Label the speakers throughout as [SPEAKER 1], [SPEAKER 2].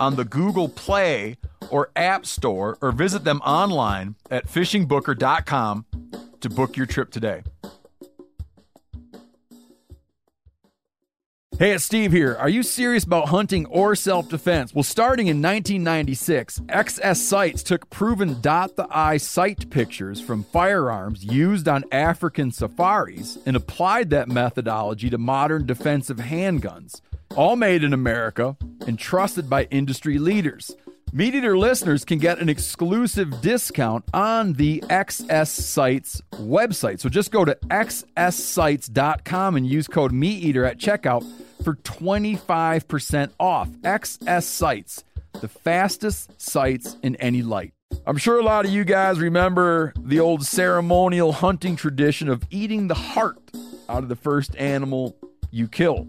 [SPEAKER 1] on the Google Play or App Store or visit them online at fishingbooker.com to book your trip today. Hey, it's Steve here. Are you serious about hunting or self defense? Well, starting in 1996, XS Sights took proven dot the eye sight pictures from firearms used on African safaris and applied that methodology to modern defensive handguns, all made in America and trusted by industry leaders. Meat Eater listeners can get an exclusive discount on the XS Sites website. So just go to xssites.com and use code Meat Eater at checkout for 25% off. XS Sites, the fastest sites in any light. I'm sure a lot of you guys remember the old ceremonial hunting tradition of eating the heart out of the first animal you kill.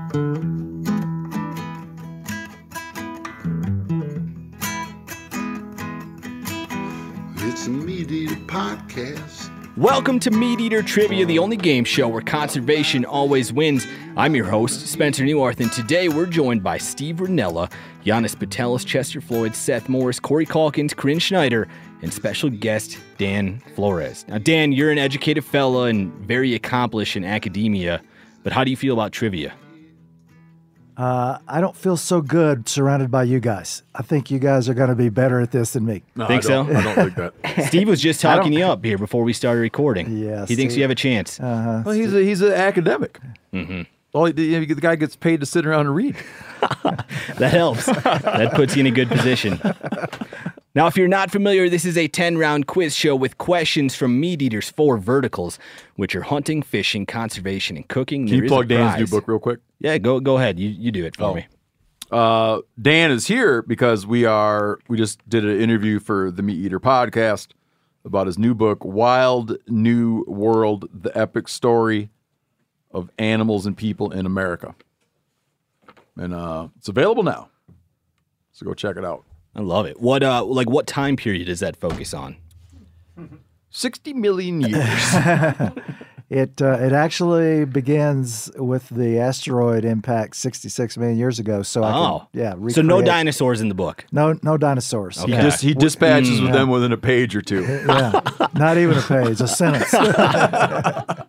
[SPEAKER 2] It's a Meat Eater podcast.
[SPEAKER 3] Welcome to Meat Eater Trivia, the only game show where conservation always wins. I'm your host, Spencer Newarth, and today we're joined by Steve Ranella, Giannis Patelis, Chester Floyd, Seth Morris, Corey Calkins, Corinne Schneider, and special guest Dan Flores. Now, Dan, you're an educated fella and very accomplished in academia, but how do you feel about trivia?
[SPEAKER 4] Uh, I don't feel so good surrounded by you guys. I think you guys are going to be better at this than me.
[SPEAKER 1] No,
[SPEAKER 3] Think
[SPEAKER 1] I don't,
[SPEAKER 3] so?
[SPEAKER 1] I don't think that.
[SPEAKER 3] Steve was just talking you up here before we started recording.
[SPEAKER 4] Yeah,
[SPEAKER 3] he thinks
[SPEAKER 4] Steve.
[SPEAKER 3] you have a chance.
[SPEAKER 1] Well, he's a, he's an academic. Well, the, the guy gets paid to sit around and read.
[SPEAKER 3] That helps. that puts you in a good position. Now, if you're not familiar, this is a 10 round quiz show with questions from Meat Eater's four verticals, which are hunting, fishing, conservation, and cooking.
[SPEAKER 1] Can
[SPEAKER 3] There
[SPEAKER 1] you
[SPEAKER 3] is a
[SPEAKER 1] plug Dan's new
[SPEAKER 3] prize.
[SPEAKER 1] book real quick?
[SPEAKER 3] Yeah, go go ahead. You, you do it for
[SPEAKER 1] Oh.
[SPEAKER 3] me.
[SPEAKER 1] Uh, Dan is here because we are we just did an interview for the Meat Eater podcast about his new book, Wild New World: The Epic Story of Animals and People in America, and uh, it's available now. So go check it out.
[SPEAKER 3] I love it. What uh like what time period does that focus on?
[SPEAKER 1] Sixty million years.
[SPEAKER 4] It uh, it actually begins with the asteroid impact 66 million years ago. So I
[SPEAKER 3] Oh.
[SPEAKER 4] can, yeah,
[SPEAKER 3] So no
[SPEAKER 4] recreate-
[SPEAKER 3] dinosaurs in the book.
[SPEAKER 4] no no dinosaurs.
[SPEAKER 1] he,
[SPEAKER 3] Okay.
[SPEAKER 1] dis- he dispatches
[SPEAKER 3] Mm.
[SPEAKER 1] with them within a page or two.
[SPEAKER 4] Yeah, not even a page, a sentence.
[SPEAKER 3] Uh,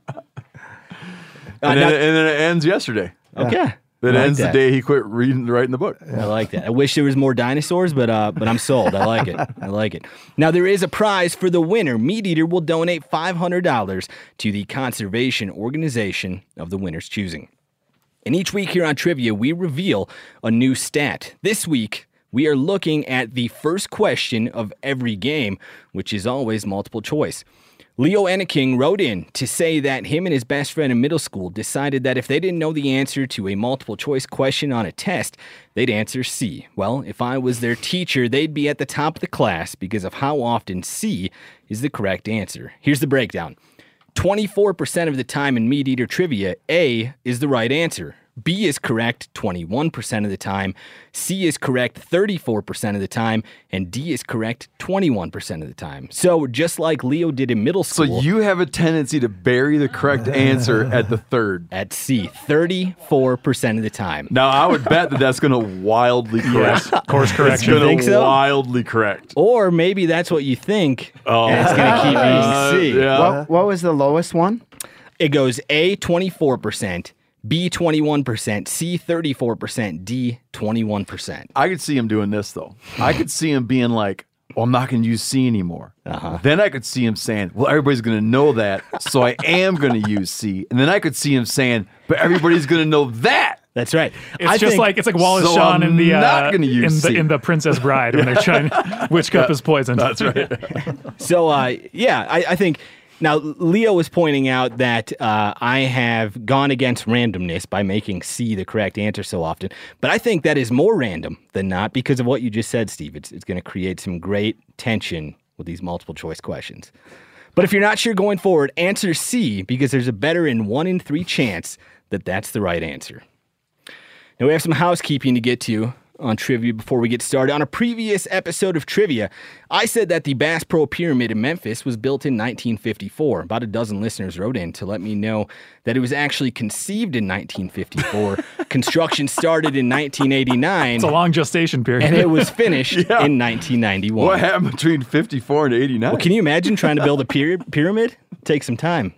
[SPEAKER 1] And then,
[SPEAKER 3] now-
[SPEAKER 1] and then it ends yesterday.
[SPEAKER 3] okay.
[SPEAKER 1] It
[SPEAKER 3] I like
[SPEAKER 1] ends
[SPEAKER 3] that.
[SPEAKER 1] the day he quit reading writing the book.
[SPEAKER 3] I like that. I wish there was more dinosaurs, but uh, but I'm sold. I like it. I like it. Now there is a prize for the winner. Meat Eater will donate $500 to the conservation organization of the winner's choosing. And each week here on Trivia, we reveal a new stat. This week, we are looking at the first question of every game, which is always multiple choice. Leo Enneking wrote in to say that him and his best friend in middle school decided that if they didn't know the answer to a multiple choice question on a test, they'd answer C. Well, if I was their teacher, they'd be at the top of the class because of how often C is the correct answer. Here's the breakdown 24% of the time in meat eater trivia, A is the right answer. B is correct 21% of the time. C is correct 34% of the time. And D is correct 21% of the time. So just like Leo did in middle
[SPEAKER 1] So
[SPEAKER 3] school.
[SPEAKER 1] you have a tendency to bury the correct answer at the third.
[SPEAKER 3] at C, 34% of the time.
[SPEAKER 1] Now I would bet that that's going to wildly correct.
[SPEAKER 5] course
[SPEAKER 1] It's
[SPEAKER 5] correction.
[SPEAKER 1] going
[SPEAKER 3] think
[SPEAKER 1] to
[SPEAKER 3] so?
[SPEAKER 1] wildly correct.
[SPEAKER 3] Or maybe that's what you think.
[SPEAKER 5] Oh.
[SPEAKER 3] And it's going to keep
[SPEAKER 1] Uh,
[SPEAKER 3] being C.
[SPEAKER 1] yeah.
[SPEAKER 6] What, Oh, what was the lowest one?
[SPEAKER 3] It goes A 24%, B 21%, C 34%, D 21%.
[SPEAKER 1] I could see him doing this though. I could see him being like, well, I'm not going to use C anymore.
[SPEAKER 3] Uh-huh.
[SPEAKER 1] Then I could see him saying, well, everybody's going to know that, so I am going to use C. And then I could see him saying, but everybody's going to know that.
[SPEAKER 3] That's right.
[SPEAKER 5] It's
[SPEAKER 3] I
[SPEAKER 5] just
[SPEAKER 3] think-
[SPEAKER 5] like it's like Wallace
[SPEAKER 1] So
[SPEAKER 5] Shawn
[SPEAKER 1] I'm
[SPEAKER 5] in the
[SPEAKER 1] not
[SPEAKER 5] uh,
[SPEAKER 1] gonna use
[SPEAKER 5] in
[SPEAKER 1] C.
[SPEAKER 5] the in the Princess Bride when they're trying which cup is poisoned. That's right.
[SPEAKER 3] So, uh, yeah, I, I think now Leo is pointing out that uh, I have gone against randomness by making C the correct answer so often, but I think that is more random than not because of what you just said, Steve. It's, it's going to create some great tension with these multiple choice questions. But if you're not sure going forward, answer C because there's a better in one in three chance that that's the right answer. Now, we have some housekeeping to get to on trivia before we get started. On a previous episode of trivia, I said that the Bass Pro Pyramid in Memphis was built in 1954. About a dozen listeners wrote in to let me know that it was actually conceived in 1954. Construction started in 1989.
[SPEAKER 5] It's a long gestation period.
[SPEAKER 3] and it was finished in 1991.
[SPEAKER 1] What happened between 54 and 89?
[SPEAKER 3] Well, can you imagine trying to build a pyra- pyramid? Take some time.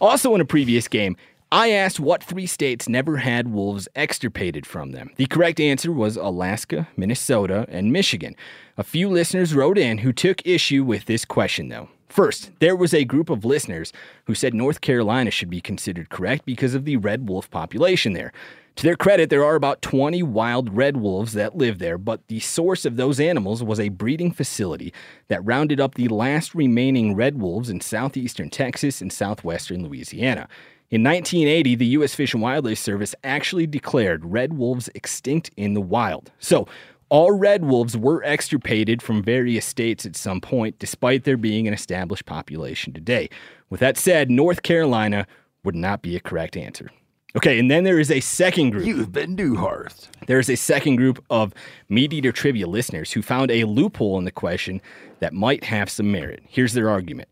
[SPEAKER 3] Also, in a previous game, I asked what three states never had wolves extirpated from them. The correct answer was Alaska, Minnesota, and Michigan. A few listeners wrote in who took issue with this question, though. First, there was a group of listeners who said North Carolina should be considered correct because of the red wolf population there. To their credit, there are about 20 wild red wolves that live there, but the source of those animals was a breeding facility that rounded up the last remaining red wolves in southeastern Texas and southwestern Louisiana. In 1980, the U.S. Fish and Wildlife Service actually declared red wolves extinct in the wild. So, all red wolves were extirpated from various states at some point, despite there being an established population today. With that said, North Carolina would not be a correct answer. Okay, and then there is a second group.
[SPEAKER 1] You've been Dewhurst.
[SPEAKER 3] There's a second group of meat eater trivia listeners who found a loophole in the question that might have some merit. Here's their argument.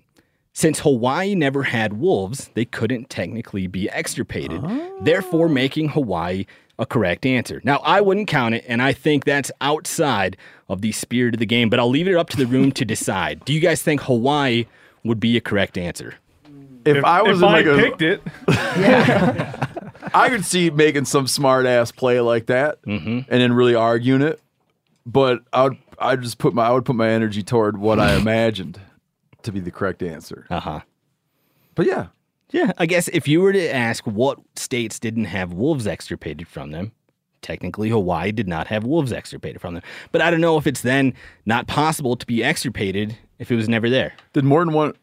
[SPEAKER 3] Since Hawaii never had wolves, they couldn't technically be extirpated, therefore making Hawaii a correct answer. Now, I wouldn't count it, and I think that's outside of the spirit of the game, but I'll leave it up to the room to decide. Do you guys think Hawaii would be a correct answer?
[SPEAKER 1] If, I was in like a-
[SPEAKER 7] picked it,
[SPEAKER 1] I could see making some smart ass play like that,
[SPEAKER 3] Mm-hmm.
[SPEAKER 1] and then really arguing it. But I would, I just put my, I would put my energy toward what I imagined to be the correct answer.
[SPEAKER 3] Uh huh.
[SPEAKER 1] But yeah,
[SPEAKER 3] Yeah, I guess if you were to ask what states didn't have wolves extirpated from them, technically Hawaii did not have wolves extirpated from them. But I don't know if it's then not possible to be extirpated if it was never there.
[SPEAKER 1] did more than one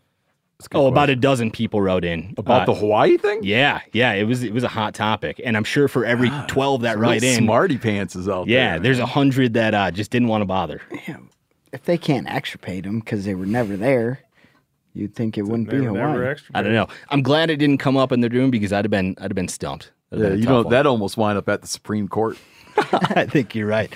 [SPEAKER 3] Oh, about a dozen people wrote in
[SPEAKER 1] about
[SPEAKER 3] uh,
[SPEAKER 1] the Hawaii thing?
[SPEAKER 3] Yeah, yeah, it was it was a hot topic, and I'm sure for every
[SPEAKER 1] Ah,
[SPEAKER 3] twelve that write in,
[SPEAKER 1] smarty pants is out
[SPEAKER 3] yeah,
[SPEAKER 1] there.
[SPEAKER 3] there's a hundred that uh, just didn't want to bother.
[SPEAKER 6] If they can't extirpate them because they were never there, you'd think it wouldn't
[SPEAKER 7] they
[SPEAKER 6] be
[SPEAKER 7] were never
[SPEAKER 6] Hawaii.
[SPEAKER 7] extra.
[SPEAKER 3] I don't know. I'm glad it didn't come up in the room because I'd have been I'd have been stumped. That'd
[SPEAKER 1] yeah,
[SPEAKER 3] have been a
[SPEAKER 1] you
[SPEAKER 3] tough
[SPEAKER 1] know
[SPEAKER 3] one.
[SPEAKER 1] that almost wind up at the Supreme Court.
[SPEAKER 3] I think you're right.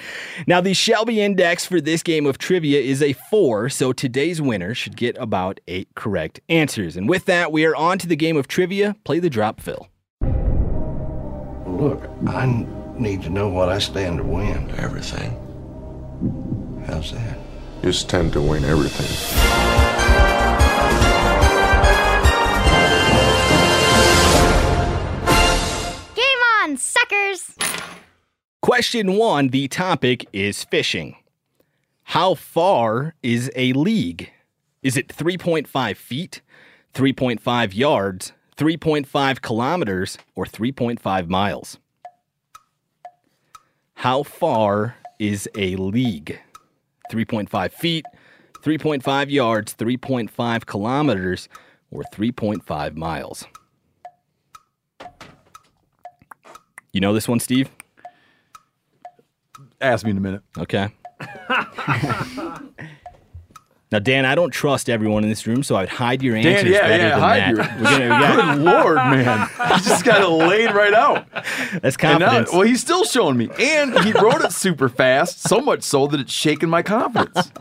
[SPEAKER 3] Now, the Shelby index for this game of trivia is a four, so today's winner should get about eight correct answers. And with that, we are on to the game of trivia. Play the drop, Phil.
[SPEAKER 8] Look, I n- need to know what I stand to win.
[SPEAKER 9] everything.
[SPEAKER 8] How's that?
[SPEAKER 2] Just tend to win everything.
[SPEAKER 10] Game on, suckers!
[SPEAKER 3] Question one the topic is fishing. How far is a league? Is it 3.5 feet, 3.5 yards, 3.5 kilometers, or 3.5 miles? How far is a league? 3.5 feet, 3.5 yards, 3.5 kilometers, or 3.5 miles? You know this one, Steve?
[SPEAKER 1] Ask me in a minute.
[SPEAKER 3] Okay. now, Dan, I don't trust everyone in this room, so I would hide your
[SPEAKER 1] Dan,
[SPEAKER 3] answers
[SPEAKER 1] yeah,
[SPEAKER 3] better
[SPEAKER 1] yeah,
[SPEAKER 3] than
[SPEAKER 1] hide
[SPEAKER 3] that. We're gonna- we got-
[SPEAKER 1] Good lord, man! He just got it laid right out.
[SPEAKER 3] that's
[SPEAKER 1] And now,
[SPEAKER 3] confidence.
[SPEAKER 1] well, he's still showing me, and he wrote it super fast, so much so that it's shaking my confidence.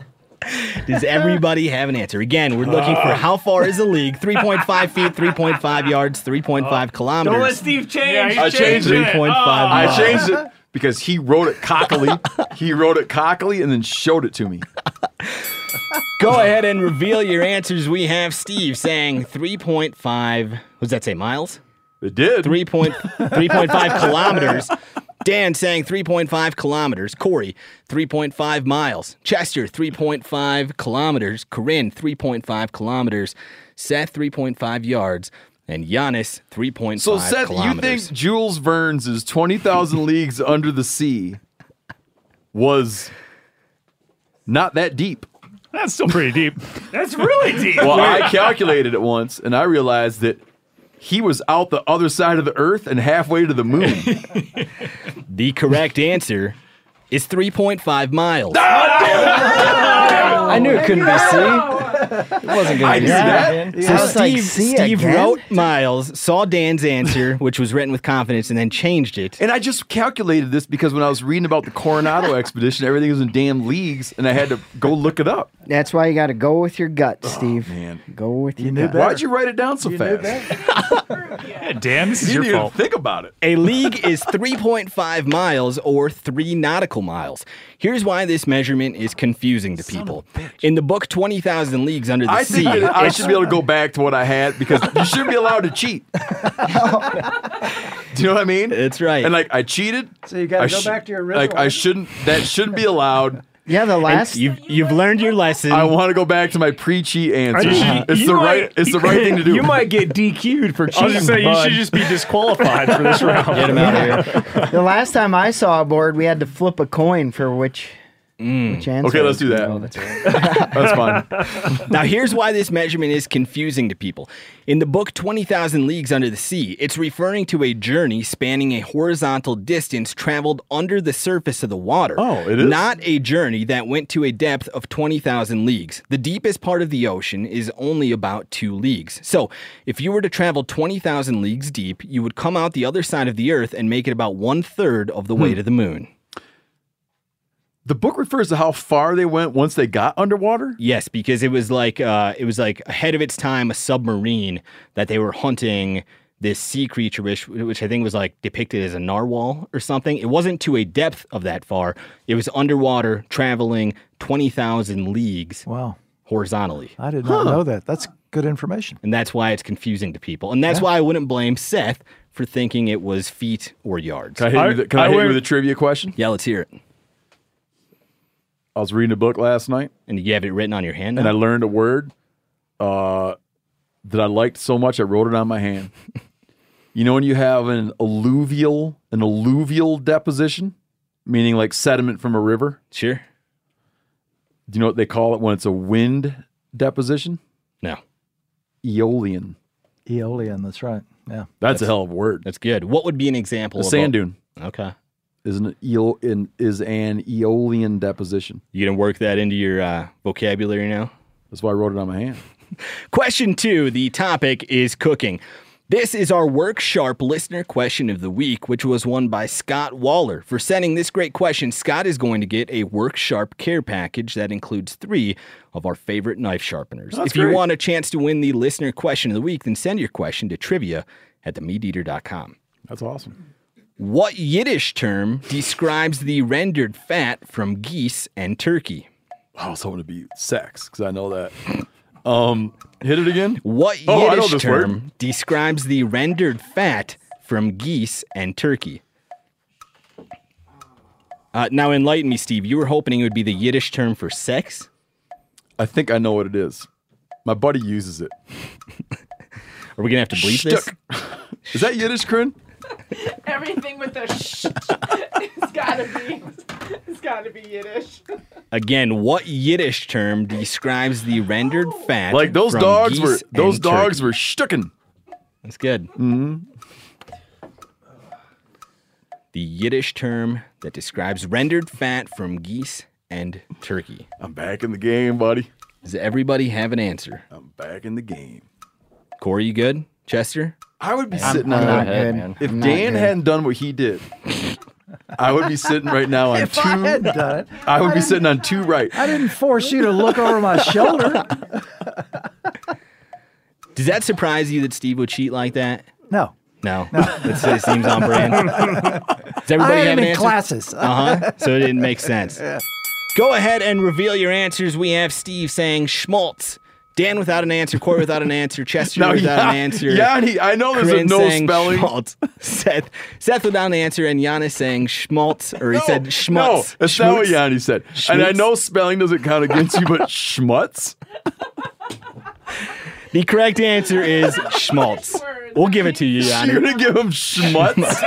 [SPEAKER 3] Does everybody have an answer? Again, we're looking
[SPEAKER 1] Uh.
[SPEAKER 3] for how far is the league? 3.5 feet, 3.5 yards, 3.5
[SPEAKER 1] Uh,
[SPEAKER 7] Don't let
[SPEAKER 3] kilometers,
[SPEAKER 7] Steve change.
[SPEAKER 5] Yeah, he
[SPEAKER 1] I changed it.
[SPEAKER 3] 3.5
[SPEAKER 1] uh, I
[SPEAKER 3] miles.
[SPEAKER 1] changed it because he wrote it cockily. he wrote it cockily and then showed it to me.
[SPEAKER 3] Go ahead and reveal your answers. We have Steve saying 3.5, what does that say, miles?
[SPEAKER 1] It did.
[SPEAKER 3] 3 point, 3.5 kilometers Dan saying 3.5 kilometers. Corey, 3.5 miles. Chester, 3.5 kilometers. Corinne, 3.5 kilometers. Seth, 3.5 yards. And Giannis, 3.5
[SPEAKER 1] So, Seth, you
[SPEAKER 3] kilometers.
[SPEAKER 1] think Jules Verne's 20,000 Leagues Under the Sea was not that deep?
[SPEAKER 5] Oh, That's still pretty deep. That's really deep.
[SPEAKER 1] Well, I calculated it once and I realized that he was out the other side of the earth and halfway to the moon.
[SPEAKER 3] the correct answer is 3.5 miles.
[SPEAKER 7] I knew it couldn't be C. It wasn't going to be C.
[SPEAKER 4] Yeah,
[SPEAKER 6] I
[SPEAKER 4] so
[SPEAKER 6] was like,
[SPEAKER 4] Steve,
[SPEAKER 6] "See
[SPEAKER 3] Steve
[SPEAKER 6] again?"
[SPEAKER 3] wrote Miles, saw Dan's answer, which was written with confidence, and then changed it.
[SPEAKER 1] And I just calculated this because when I was reading about the Coronado expedition, everything was in damn leagues, and I had to go look it up.
[SPEAKER 6] That's why you got to go with your gut, Steve. Go with your
[SPEAKER 4] knew
[SPEAKER 6] gut.
[SPEAKER 4] better.
[SPEAKER 1] Why'd Oh, you write it down so fast?
[SPEAKER 5] Yeah, Dan, this is
[SPEAKER 1] You
[SPEAKER 5] your
[SPEAKER 1] didn't even
[SPEAKER 5] fault.
[SPEAKER 1] think about it.
[SPEAKER 3] A league is 3.5 miles or 3 nautical miles. Here's why this measurement is confusing to people. In the book 20,000 Leagues Under the
[SPEAKER 1] I
[SPEAKER 3] Sea,
[SPEAKER 1] think that I should be able to go back to what I had because you shouldn't be allowed to cheat. Do you know what I mean?
[SPEAKER 3] That's right.
[SPEAKER 1] And like I cheated,
[SPEAKER 4] So you gotta
[SPEAKER 1] I
[SPEAKER 4] go back to your
[SPEAKER 1] Like
[SPEAKER 4] original.
[SPEAKER 1] I shouldn't. That shouldn't be allowed.
[SPEAKER 6] Yeah, the last.
[SPEAKER 3] you've, you've learned your lesson.
[SPEAKER 1] I want to go back to my pre-cheat answer.
[SPEAKER 5] just-
[SPEAKER 1] it's
[SPEAKER 7] You
[SPEAKER 1] the
[SPEAKER 7] might-
[SPEAKER 1] right. It's the right thing to do.
[SPEAKER 7] You might get DQ'd for
[SPEAKER 5] I
[SPEAKER 7] cheating.
[SPEAKER 5] was just saying, you
[SPEAKER 7] bud.
[SPEAKER 5] should just be disqualified for this round.
[SPEAKER 3] Get him out of here.
[SPEAKER 6] the last time I saw a board, we had to flip a coin for which, which answer. Oh,
[SPEAKER 1] Okay, let's do that. That's fine.
[SPEAKER 3] Now, here's why this measurement is confusing to people. In the book 20,000 Leagues Under the Sea, it's referring to a journey spanning a horizontal distance traveled under the surface of the water.
[SPEAKER 1] Oh, it is?
[SPEAKER 3] Not a journey that went to a depth of 20,000 leagues. The deepest part of the ocean is only about two leagues. So, if you were to travel 20,000 leagues deep, you would come out the other side of the earth and make it about one third of
[SPEAKER 1] Hmm.
[SPEAKER 3] the way to the moon.
[SPEAKER 1] The book refers to how far they went once they got underwater.
[SPEAKER 3] Yes, because it was like uh, it was like ahead of its time, a submarine that they were hunting this sea creature, which which I think was like depicted as a narwhal or something. It wasn't to a depth of that far. It was underwater, traveling twenty thousand leagues
[SPEAKER 4] Wow.
[SPEAKER 3] horizontally,
[SPEAKER 4] I did not know that. That's good information.
[SPEAKER 3] and that's why it's confusing to people, and that's why I wouldn't blame Seth for thinking it was feet or yards.
[SPEAKER 1] Can I hit,
[SPEAKER 5] I-
[SPEAKER 1] you, with, can I
[SPEAKER 5] I
[SPEAKER 1] hit you
[SPEAKER 5] would-
[SPEAKER 1] with a trivia question?
[SPEAKER 3] Yeah, let's hear it.
[SPEAKER 1] I was reading a book last night
[SPEAKER 3] And you have it written on your hand.
[SPEAKER 1] and I
[SPEAKER 3] now?
[SPEAKER 1] learned a word uh, that I liked so much I wrote it on my hand. you know when you have an alluvial an alluvial deposition, meaning like sediment from a river.
[SPEAKER 3] sure.
[SPEAKER 1] Do you know what they call it when it's a wind deposition?
[SPEAKER 3] No,
[SPEAKER 1] Aeolian.
[SPEAKER 4] Aeolian, that's right. Yeah.
[SPEAKER 1] That's, a hell of a word.
[SPEAKER 3] that's good. What would be an example?
[SPEAKER 1] a
[SPEAKER 3] of
[SPEAKER 1] sand dune
[SPEAKER 3] Okay.
[SPEAKER 1] is an eel in, is an aeolian deposition.
[SPEAKER 3] You gonna work that into your uh, vocabulary now?
[SPEAKER 1] That's why I wrote it on my hand.
[SPEAKER 3] Question two the topic is cooking. This is our Work Sharp listener question of the week, which was won by Scott Waller. For sending this great question, Scott is going to get a Work Sharp care package that includes three of our favorite knife sharpeners. if you want a chance to win the listener question of the week, then send your question to trivia at themeateater.com.
[SPEAKER 1] That's awesome.
[SPEAKER 3] What Yiddish term describes the rendered fat from geese and turkey?
[SPEAKER 1] I was hoping to be sex because I know that. Um, hit it again.
[SPEAKER 3] What
[SPEAKER 1] Oh, I know
[SPEAKER 3] Yiddish
[SPEAKER 1] this
[SPEAKER 3] term
[SPEAKER 1] word.
[SPEAKER 3] describes the rendered fat from geese and turkey? Uh, now, enlighten me, Steve. You were hoping it would be the Yiddish term for sex.
[SPEAKER 1] I think I know what it is. My buddy uses it.
[SPEAKER 3] Are we gonna have to bleep this?
[SPEAKER 1] Shtuk. Is that Yiddish, Corinne?
[SPEAKER 9] Everything with a sh. it's gotta be. It's gotta be Yiddish.
[SPEAKER 3] Again, what Yiddish term describes the rendered fat?
[SPEAKER 1] Like those
[SPEAKER 3] from
[SPEAKER 1] dogs
[SPEAKER 3] geese
[SPEAKER 1] were those
[SPEAKER 3] and
[SPEAKER 1] dogs Mm-hmm.
[SPEAKER 3] turkey?
[SPEAKER 1] were shtucking.
[SPEAKER 3] That's good. The Yiddish term that describes rendered fat from geese and turkey.
[SPEAKER 1] I'm back in the game, buddy.
[SPEAKER 3] Does everybody have an answer?
[SPEAKER 1] I'm back in the game.
[SPEAKER 3] Corey, you good? Chester? Oh,
[SPEAKER 1] I would be sitting
[SPEAKER 6] I'm
[SPEAKER 1] on
[SPEAKER 6] not
[SPEAKER 7] ahead,
[SPEAKER 6] good.
[SPEAKER 7] man.
[SPEAKER 1] if
[SPEAKER 6] I'm not
[SPEAKER 1] Dan
[SPEAKER 6] good.
[SPEAKER 1] hadn't done what he did. I would be sitting right now on two.
[SPEAKER 4] I had
[SPEAKER 1] I,
[SPEAKER 4] done it.
[SPEAKER 1] would be sitting on two right.
[SPEAKER 4] I didn't force you to look over my shoulder.
[SPEAKER 3] Does that surprise you that Steve would cheat like that?
[SPEAKER 4] No.
[SPEAKER 3] No. That's- it seems on brand. Does everybody
[SPEAKER 4] I
[SPEAKER 3] have
[SPEAKER 4] am
[SPEAKER 3] an
[SPEAKER 4] in
[SPEAKER 3] answer?
[SPEAKER 4] classes.
[SPEAKER 3] Uh huh. So it didn't make sense. Go ahead and reveal your answers. We have Steve saying schmaltz, Dan without an answer, Corey without an answer, Chester
[SPEAKER 1] No,
[SPEAKER 3] without an
[SPEAKER 1] Yan-
[SPEAKER 3] answer.
[SPEAKER 1] Yanni, I know there's a
[SPEAKER 3] Corinne
[SPEAKER 1] no
[SPEAKER 3] saying
[SPEAKER 1] spelling.
[SPEAKER 3] Schmaltz. Seth, Seth without an answer, and Giannis saying schmaltz, or he
[SPEAKER 1] No,
[SPEAKER 3] said schmutz.
[SPEAKER 1] No, that's not what
[SPEAKER 3] Schmutz.
[SPEAKER 1] Yanni said. And I
[SPEAKER 3] Schmutz.
[SPEAKER 1] know spelling doesn't count against you, but schmutz?
[SPEAKER 3] The correct answer is schmaltz.
[SPEAKER 9] Words.
[SPEAKER 3] We'll give it to you,
[SPEAKER 1] You're
[SPEAKER 3] Yanni.
[SPEAKER 1] going to give him schmutz?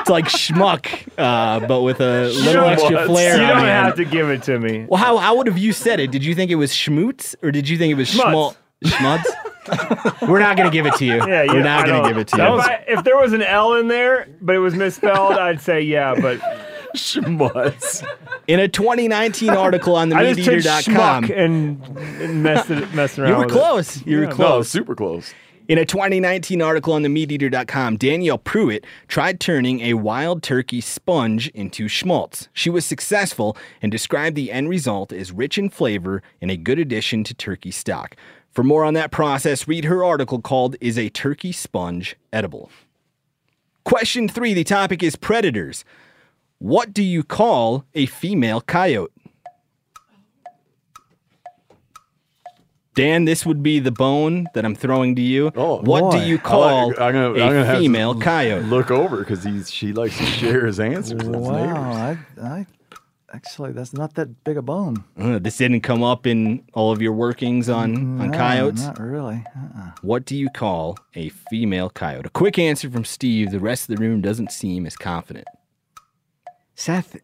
[SPEAKER 3] It's like schmuck, uh, but with a little extra
[SPEAKER 1] Schmutz.
[SPEAKER 3] flair.
[SPEAKER 1] You
[SPEAKER 3] on
[SPEAKER 5] You don't
[SPEAKER 3] the end.
[SPEAKER 5] have to give it to me.
[SPEAKER 3] Well, how, how would have you said it? Did you think it was schmutz or did you think it was schmaltz?
[SPEAKER 5] Schmutz.
[SPEAKER 3] Schmutz? We're not going to give it to you.
[SPEAKER 5] Yeah, yeah,
[SPEAKER 3] We're not
[SPEAKER 5] I
[SPEAKER 3] going to
[SPEAKER 5] don't-
[SPEAKER 3] give it to
[SPEAKER 5] that
[SPEAKER 3] you.
[SPEAKER 5] was- if there was an L in there, but it was misspelled, I'd say yeah. But
[SPEAKER 1] schmutz.
[SPEAKER 3] In a 2019 article on the
[SPEAKER 5] I just took
[SPEAKER 3] meateater.com,
[SPEAKER 5] schmuck and and messed it, messed around.
[SPEAKER 3] you were
[SPEAKER 5] with
[SPEAKER 3] close. You were
[SPEAKER 5] Yeah.
[SPEAKER 1] No,
[SPEAKER 5] No,
[SPEAKER 3] close.
[SPEAKER 1] super close.
[SPEAKER 3] In a 2019 article on themeateater.com, Danielle Pruitt tried turning a wild turkey sponge into schmaltz. She was successful and described the end result as rich in flavor and a good addition to turkey stock. For more on that process, read her article called Is a Turkey Sponge Edible? Question three the topic is predators. What do you call a female coyote? Dan, this would be the bone that I'm throwing to you.
[SPEAKER 1] Oh,
[SPEAKER 3] what do
[SPEAKER 4] boy.
[SPEAKER 3] you
[SPEAKER 1] I like-
[SPEAKER 3] call
[SPEAKER 1] I'm gonna- I'm gonna have
[SPEAKER 3] a
[SPEAKER 1] to
[SPEAKER 3] female coyote?
[SPEAKER 1] Look over because he's she likes to share his answers. with his neighbors.
[SPEAKER 4] Wow, I, I actually that's not that big a bone.
[SPEAKER 3] Uh, this didn't come up in all of your workings on,
[SPEAKER 1] Mm,
[SPEAKER 3] on
[SPEAKER 4] No,
[SPEAKER 3] coyotes.
[SPEAKER 4] not really. Uh-uh.
[SPEAKER 3] What do you call a female coyote? A quick answer from Steve. The rest of the room doesn't seem as confident.
[SPEAKER 6] Seth,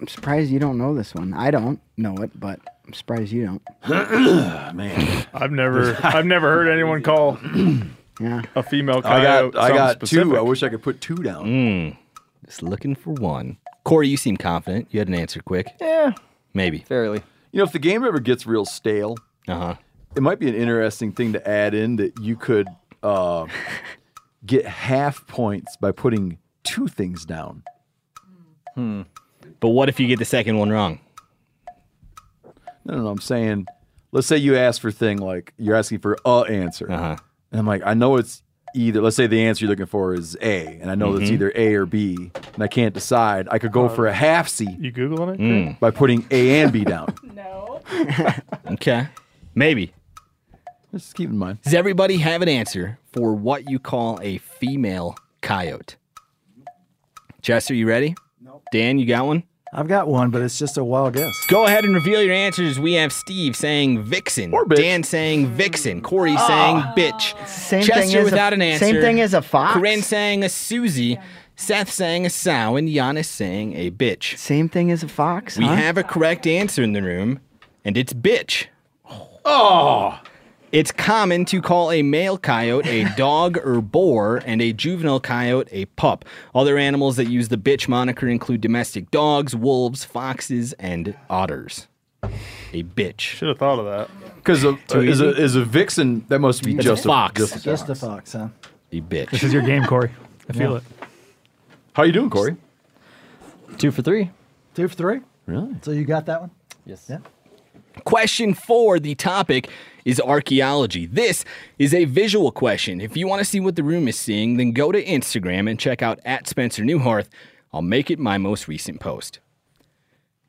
[SPEAKER 6] I'm surprised you don't know this one. I don't know it, but I'm surprised you don't.
[SPEAKER 5] it. I've never I've never heard anyone call
[SPEAKER 6] Yeah.
[SPEAKER 5] a female
[SPEAKER 1] I
[SPEAKER 5] coyote.
[SPEAKER 1] got I
[SPEAKER 5] something
[SPEAKER 1] got two.
[SPEAKER 5] specific.
[SPEAKER 1] I wish I could put two down.
[SPEAKER 3] Just looking for one. Corey, you seem confident. You had an answer quick.
[SPEAKER 7] Yeah,
[SPEAKER 3] Maybe.
[SPEAKER 7] fairly.
[SPEAKER 1] You know, if the game ever gets real stale,
[SPEAKER 3] Uh huh.
[SPEAKER 1] it might be an interesting thing to add in that you could uh, get half points by putting two things down.
[SPEAKER 3] But what if you get the second one wrong?
[SPEAKER 1] No, no, no. I'm saying, let's say you ask for thing like you're asking for a answer,
[SPEAKER 3] Uh-huh.
[SPEAKER 1] and I'm like, I know it's either. Let's say the answer you're looking for is A, and I know it's
[SPEAKER 3] Mm-hmm.
[SPEAKER 1] either A or B, and I can't decide. I could go for a half C
[SPEAKER 5] You googling it?
[SPEAKER 1] by putting A and B down.
[SPEAKER 9] No.
[SPEAKER 3] Okay. Maybe.
[SPEAKER 1] Just keep in mind.
[SPEAKER 3] Does everybody have an answer for what you call a female coyote? Chester, you ready? No. Dan, you got one?
[SPEAKER 4] I've got one, but it's just a wild guess.
[SPEAKER 3] Go ahead and reveal your answers. We have Steve saying vixen,
[SPEAKER 1] Or bitch.
[SPEAKER 3] Dan saying vixen, Corey saying bitch,
[SPEAKER 6] Same
[SPEAKER 3] Chester
[SPEAKER 6] thing as
[SPEAKER 3] without
[SPEAKER 6] a,
[SPEAKER 3] an answer,
[SPEAKER 6] Same thing as a fox.
[SPEAKER 3] Corinne saying a Susie, Seth saying a sow, and Giannis saying a bitch.
[SPEAKER 6] Same thing as a fox.
[SPEAKER 3] We
[SPEAKER 6] huh?
[SPEAKER 3] have a correct answer in the room, and it's bitch. Oh! It's common to call a male coyote a dog or boar and a juvenile coyote a pup. Other animals that use the bitch moniker include domestic dogs, wolves, foxes, and otters. A bitch.
[SPEAKER 5] Should have thought of that.
[SPEAKER 1] Because a, is, a, is a vixen, that must be
[SPEAKER 3] That's
[SPEAKER 1] just
[SPEAKER 3] a fox.
[SPEAKER 1] just a
[SPEAKER 4] Just a fox, huh?
[SPEAKER 3] A
[SPEAKER 5] This
[SPEAKER 3] bitch.
[SPEAKER 5] is your game, Corey. I feel it.
[SPEAKER 1] How you doing, Corey?
[SPEAKER 7] Two for three.
[SPEAKER 4] Two for three.
[SPEAKER 1] Really?
[SPEAKER 4] So you got that one?
[SPEAKER 7] Yes.
[SPEAKER 4] Yeah.
[SPEAKER 3] Question four the topic is archaeology. This is a visual question. If you want to see what the room is seeing, then go to Instagram and check out at Spencer Newhart. I'll make it my most recent post.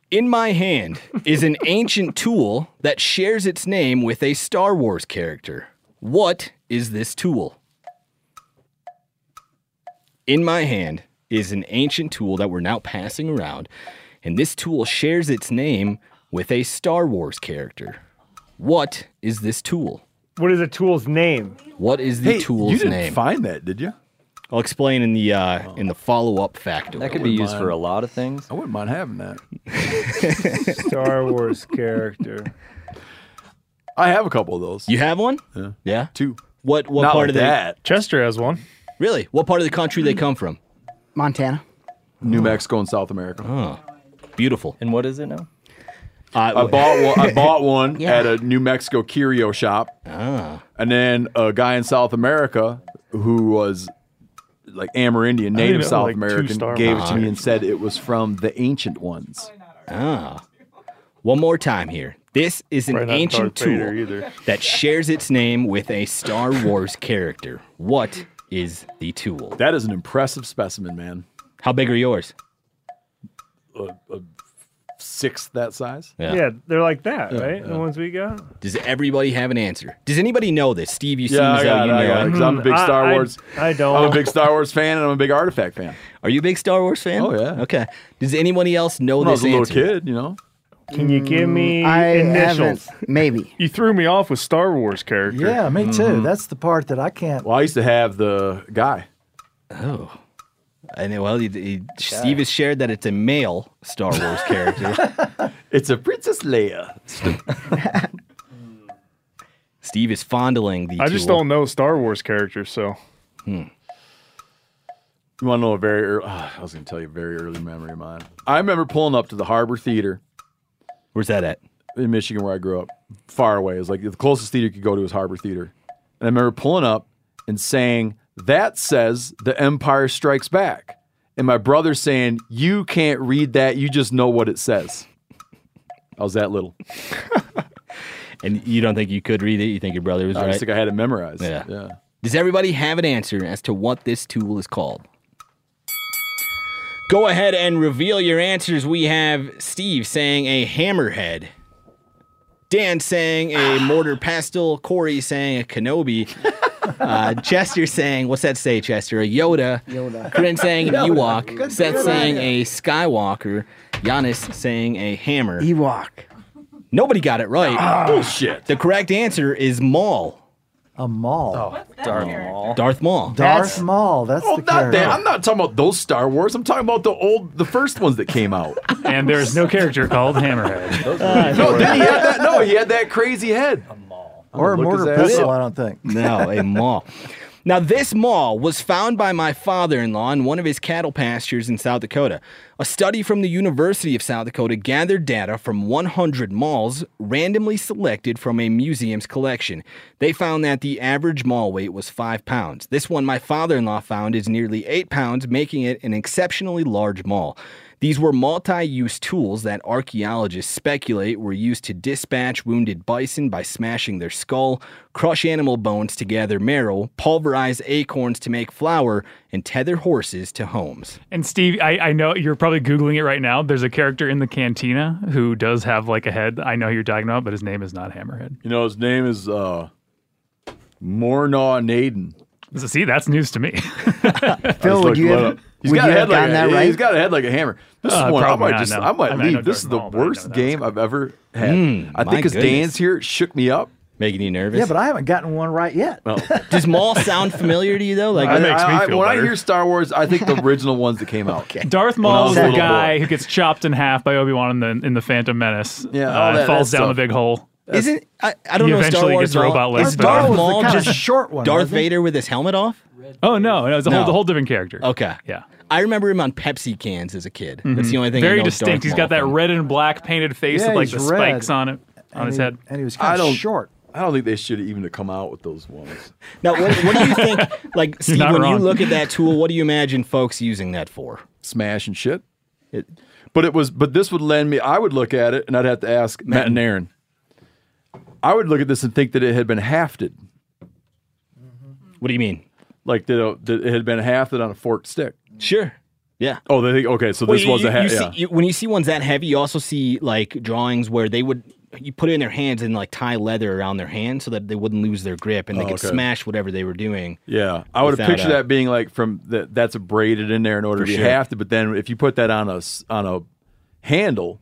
[SPEAKER 3] In my hand is an ancient tool that shares its name with a Star Wars character. What is this tool? in my hand is an ancient tool that we're now passing around, and this tool shares its name with a Star Wars character. What is this tool?
[SPEAKER 5] What is a tool's name?
[SPEAKER 3] What is the
[SPEAKER 1] hey,
[SPEAKER 3] tool's
[SPEAKER 1] you didn't
[SPEAKER 3] name?
[SPEAKER 1] find that, did you?
[SPEAKER 3] I'll explain in the uh, in the follow up factor.
[SPEAKER 7] That could be used for a lot of things.
[SPEAKER 1] I wouldn't mind having that.
[SPEAKER 5] Star Wars character.
[SPEAKER 1] I have a couple of those.
[SPEAKER 3] You have one? Yeah.
[SPEAKER 1] Two.
[SPEAKER 3] What what
[SPEAKER 1] Not
[SPEAKER 3] part
[SPEAKER 1] like
[SPEAKER 3] of the
[SPEAKER 1] that.
[SPEAKER 5] Chester has one.
[SPEAKER 3] really? What part of the country they come from?
[SPEAKER 6] Montana.
[SPEAKER 3] Oh.
[SPEAKER 1] New Mexico and South America.
[SPEAKER 3] Beautiful.
[SPEAKER 7] And what is it now?
[SPEAKER 1] I
[SPEAKER 3] Uh,
[SPEAKER 1] bought one. I bought one at a New Mexico curio shop, and then a guy in South America who was like Amerindian, native
[SPEAKER 5] know,
[SPEAKER 1] South
[SPEAKER 5] like, two
[SPEAKER 1] American,
[SPEAKER 5] Star
[SPEAKER 1] gave it
[SPEAKER 5] Wars
[SPEAKER 1] to me and said it was from the ancient ones.
[SPEAKER 3] ah. One more time here. This is an
[SPEAKER 5] Probably not
[SPEAKER 3] ancient
[SPEAKER 5] Darth Vader
[SPEAKER 3] tool
[SPEAKER 5] either.
[SPEAKER 3] that shares its name with a Star Wars character. What is the tool?
[SPEAKER 1] That is an impressive specimen, man.
[SPEAKER 3] How big are yours?
[SPEAKER 1] sixth that size.
[SPEAKER 3] Yeah.
[SPEAKER 11] they're like that,
[SPEAKER 1] Yeah,
[SPEAKER 11] right? The ones we got.
[SPEAKER 3] Does everybody have an answer? Does anybody know this? Steve, you
[SPEAKER 1] Yeah, I
[SPEAKER 3] seem as though
[SPEAKER 1] got it,
[SPEAKER 3] you
[SPEAKER 1] I
[SPEAKER 3] know
[SPEAKER 1] got it, 'cause I'm a
[SPEAKER 5] Mm,
[SPEAKER 1] big
[SPEAKER 11] I-
[SPEAKER 1] Star
[SPEAKER 11] I-
[SPEAKER 1] Wars.
[SPEAKER 11] I don't.
[SPEAKER 1] I'm a big Star Wars fan, and I'm a big Artifact fan.
[SPEAKER 3] Are you a big Star Wars fan?
[SPEAKER 1] Oh yeah.
[SPEAKER 3] Okay. Does anybody else know
[SPEAKER 1] When I was
[SPEAKER 3] this
[SPEAKER 1] a little
[SPEAKER 3] answer?
[SPEAKER 1] kid, you know.
[SPEAKER 11] Can you give me
[SPEAKER 6] I
[SPEAKER 11] initials?
[SPEAKER 6] haven't. Maybe.
[SPEAKER 11] You threw me off with Star Wars character.
[SPEAKER 4] Yeah, me too. That's the part that I can't.
[SPEAKER 1] Well, I used to have the guy.
[SPEAKER 3] Oh. I know. Well, he, he, Steve has shared that it's a male Star Wars character.
[SPEAKER 1] It's a Princess Leia.
[SPEAKER 3] Steve is fondling the.
[SPEAKER 11] I just
[SPEAKER 3] tool.
[SPEAKER 11] don't know Star Wars characters, so
[SPEAKER 1] You want to know a very early? ah, I was going to tell you a very early memory of mine. I remember pulling up to the Harbor Theater
[SPEAKER 3] Where's that at?
[SPEAKER 1] in Michigan, where I grew up, far away. It was like the closest theater you could go to was Harbor Theater. And I remember pulling up and saying, That says The Empire Strikes Back. And my brother saying, You can't read that. You just know what it says. I was that little.
[SPEAKER 3] And you don't think you could read it? You think your brother was
[SPEAKER 1] I
[SPEAKER 3] right?
[SPEAKER 1] just think I had it memorized.
[SPEAKER 3] Yeah.
[SPEAKER 1] Yeah.
[SPEAKER 3] Does everybody have an answer as to what this tool is called? Go ahead and reveal your answers. We have Steve saying a hammerhead, Dan saying a mortar pestle, Corey saying a Kenobi, uh, Chester saying, what's that say, Chester? A Yoda,
[SPEAKER 6] Yoda.
[SPEAKER 3] Kryn saying an
[SPEAKER 4] Yoda.
[SPEAKER 3] Ewok,
[SPEAKER 4] Good-
[SPEAKER 3] Seth
[SPEAKER 4] good
[SPEAKER 3] saying
[SPEAKER 4] idea.
[SPEAKER 3] a Skywalker, Giannis saying a hammer.
[SPEAKER 6] Ewok.
[SPEAKER 3] Nobody got it right.
[SPEAKER 1] Ah. Bullshit.
[SPEAKER 3] The correct answer is Maul,
[SPEAKER 4] A mall.
[SPEAKER 7] Darth Maul.
[SPEAKER 3] Darth Maul.
[SPEAKER 4] Darth Maul. That's
[SPEAKER 1] Oh,
[SPEAKER 4] the
[SPEAKER 1] not
[SPEAKER 4] character.
[SPEAKER 1] that. I'm not talking about those Star Wars. I'm talking about the old, the first ones that came out.
[SPEAKER 5] And there is no character called Hammerhead.
[SPEAKER 1] no, then he had that. No, he had that crazy head.
[SPEAKER 4] or
[SPEAKER 1] Look
[SPEAKER 4] a
[SPEAKER 1] his
[SPEAKER 4] mortar
[SPEAKER 1] ass
[SPEAKER 4] pistol,
[SPEAKER 1] up.
[SPEAKER 4] I don't think.
[SPEAKER 3] No, a mall. Now, this mall was found by my father in law in one of his cattle pastures in South Dakota. A study from the University of South Dakota gathered data from 100 malls randomly selected from a museum's collection. They found that the average mall weight was 5 pounds. This one my father in law found is nearly 8 pounds, making it an exceptionally large mall. These were multi use tools that archaeologists speculate were used to dispatch wounded bison by smashing their skull, crush animal bones to gather marrow, pulverize acorns to make flour, and tether horses to homes.
[SPEAKER 5] And Steve, I, I know you're probably Googling it right now. There's a character in the cantina who does have like a head. I know who you're talking about, but his name is not Hammerhead.
[SPEAKER 1] You know, his name is uh, Mornaw Naden.
[SPEAKER 5] So, see, that's news to me.
[SPEAKER 6] Phil, would you have,
[SPEAKER 1] He's
[SPEAKER 6] would
[SPEAKER 1] got a
[SPEAKER 6] you have
[SPEAKER 1] head like
[SPEAKER 6] gotten
[SPEAKER 1] a,
[SPEAKER 6] that right?
[SPEAKER 1] He's got a head like a hammer. This
[SPEAKER 5] Uh,
[SPEAKER 1] is one I
[SPEAKER 5] probably
[SPEAKER 1] might
[SPEAKER 5] not,
[SPEAKER 1] just
[SPEAKER 5] no.
[SPEAKER 1] I might
[SPEAKER 5] I mean, I know
[SPEAKER 1] leave. This is the
[SPEAKER 5] Darth Maul, but I know
[SPEAKER 1] worst
[SPEAKER 5] that was
[SPEAKER 1] game I've ever had. I
[SPEAKER 6] Hmm,
[SPEAKER 3] my
[SPEAKER 1] think his
[SPEAKER 3] goodness.
[SPEAKER 1] Dan's here it shook me up.
[SPEAKER 3] Making you nervous?
[SPEAKER 4] Yeah, but I haven't gotten one right yet.
[SPEAKER 3] Does mall sound familiar to you, though? Like,
[SPEAKER 5] That
[SPEAKER 1] I-
[SPEAKER 5] makes me
[SPEAKER 1] I-
[SPEAKER 5] feel
[SPEAKER 1] when I
[SPEAKER 5] better.
[SPEAKER 1] hear Star Wars, I think the original ones that came out. okay.
[SPEAKER 5] Darth
[SPEAKER 1] I
[SPEAKER 5] Maul
[SPEAKER 1] was
[SPEAKER 5] is
[SPEAKER 1] a
[SPEAKER 5] the
[SPEAKER 1] little
[SPEAKER 5] guy
[SPEAKER 1] boy.
[SPEAKER 5] who gets chopped in half by Obi Wan in the in the Phantom Menace.
[SPEAKER 1] Yeah, all
[SPEAKER 5] uh,
[SPEAKER 1] that-
[SPEAKER 5] falls
[SPEAKER 1] that
[SPEAKER 5] down
[SPEAKER 1] stuff.
[SPEAKER 5] the big hole.
[SPEAKER 3] uh, isn't, I, I don't
[SPEAKER 5] He
[SPEAKER 3] know Star
[SPEAKER 5] eventually
[SPEAKER 3] Wars.
[SPEAKER 5] gets
[SPEAKER 3] at all.
[SPEAKER 5] robot legs
[SPEAKER 3] Is
[SPEAKER 5] back. Darth
[SPEAKER 3] Darth
[SPEAKER 5] was the
[SPEAKER 3] Maul
[SPEAKER 4] kind of
[SPEAKER 3] just
[SPEAKER 4] short one,
[SPEAKER 3] Darth
[SPEAKER 4] wasn't he?
[SPEAKER 3] Vader with his helmet off?
[SPEAKER 5] Oh no, no, it's a
[SPEAKER 3] No.
[SPEAKER 5] whole whole different character.
[SPEAKER 3] Okay.
[SPEAKER 5] yeah,
[SPEAKER 3] I remember him on Pepsi cans as a kid. That's the only thing I
[SPEAKER 5] Mm-hmm. very
[SPEAKER 3] know
[SPEAKER 5] distinct.
[SPEAKER 3] Darth
[SPEAKER 5] He's got
[SPEAKER 3] Maul
[SPEAKER 5] that
[SPEAKER 3] from.
[SPEAKER 5] red and black painted face
[SPEAKER 4] Yeah,
[SPEAKER 5] with like the
[SPEAKER 4] he's red.
[SPEAKER 5] spikes on it on
[SPEAKER 4] and
[SPEAKER 5] his
[SPEAKER 4] he,
[SPEAKER 5] head.
[SPEAKER 4] And he was
[SPEAKER 1] I
[SPEAKER 4] kind
[SPEAKER 1] don't-
[SPEAKER 4] of short.
[SPEAKER 1] I don't think they should have even come out with those ones.
[SPEAKER 3] Now, what, what do you think? Like, Steve,
[SPEAKER 5] not
[SPEAKER 3] when you
[SPEAKER 5] wrong.
[SPEAKER 3] look at that tool, what do you imagine folks using that for?
[SPEAKER 1] Smash and shit. but it was but this would lend me I would look at it and I'd have to ask Matt and Aaron. I would look at this and think that it had been hafted.
[SPEAKER 3] What do you mean?
[SPEAKER 1] Like that, uh, that it had been hafted on a forked stick.
[SPEAKER 3] Sure. Yeah.
[SPEAKER 1] Oh, they think okay, so this
[SPEAKER 3] Well,
[SPEAKER 1] was
[SPEAKER 3] you-
[SPEAKER 1] a haft.
[SPEAKER 3] you
[SPEAKER 1] Yeah.
[SPEAKER 3] see- you- when you see ones that heavy, you also see like drawings where they would you put it in their hands and like tie leather around their hands so that they wouldn't lose their grip and they
[SPEAKER 1] Oh,
[SPEAKER 3] could
[SPEAKER 1] okay.
[SPEAKER 3] smash whatever they were doing.
[SPEAKER 1] Yeah, I would have
[SPEAKER 3] without
[SPEAKER 1] pictured
[SPEAKER 3] a-
[SPEAKER 1] that being like from that. That's braided in there in order to
[SPEAKER 3] For
[SPEAKER 1] be
[SPEAKER 3] sure.
[SPEAKER 1] hafted. But then if you put that on a s- on a handle,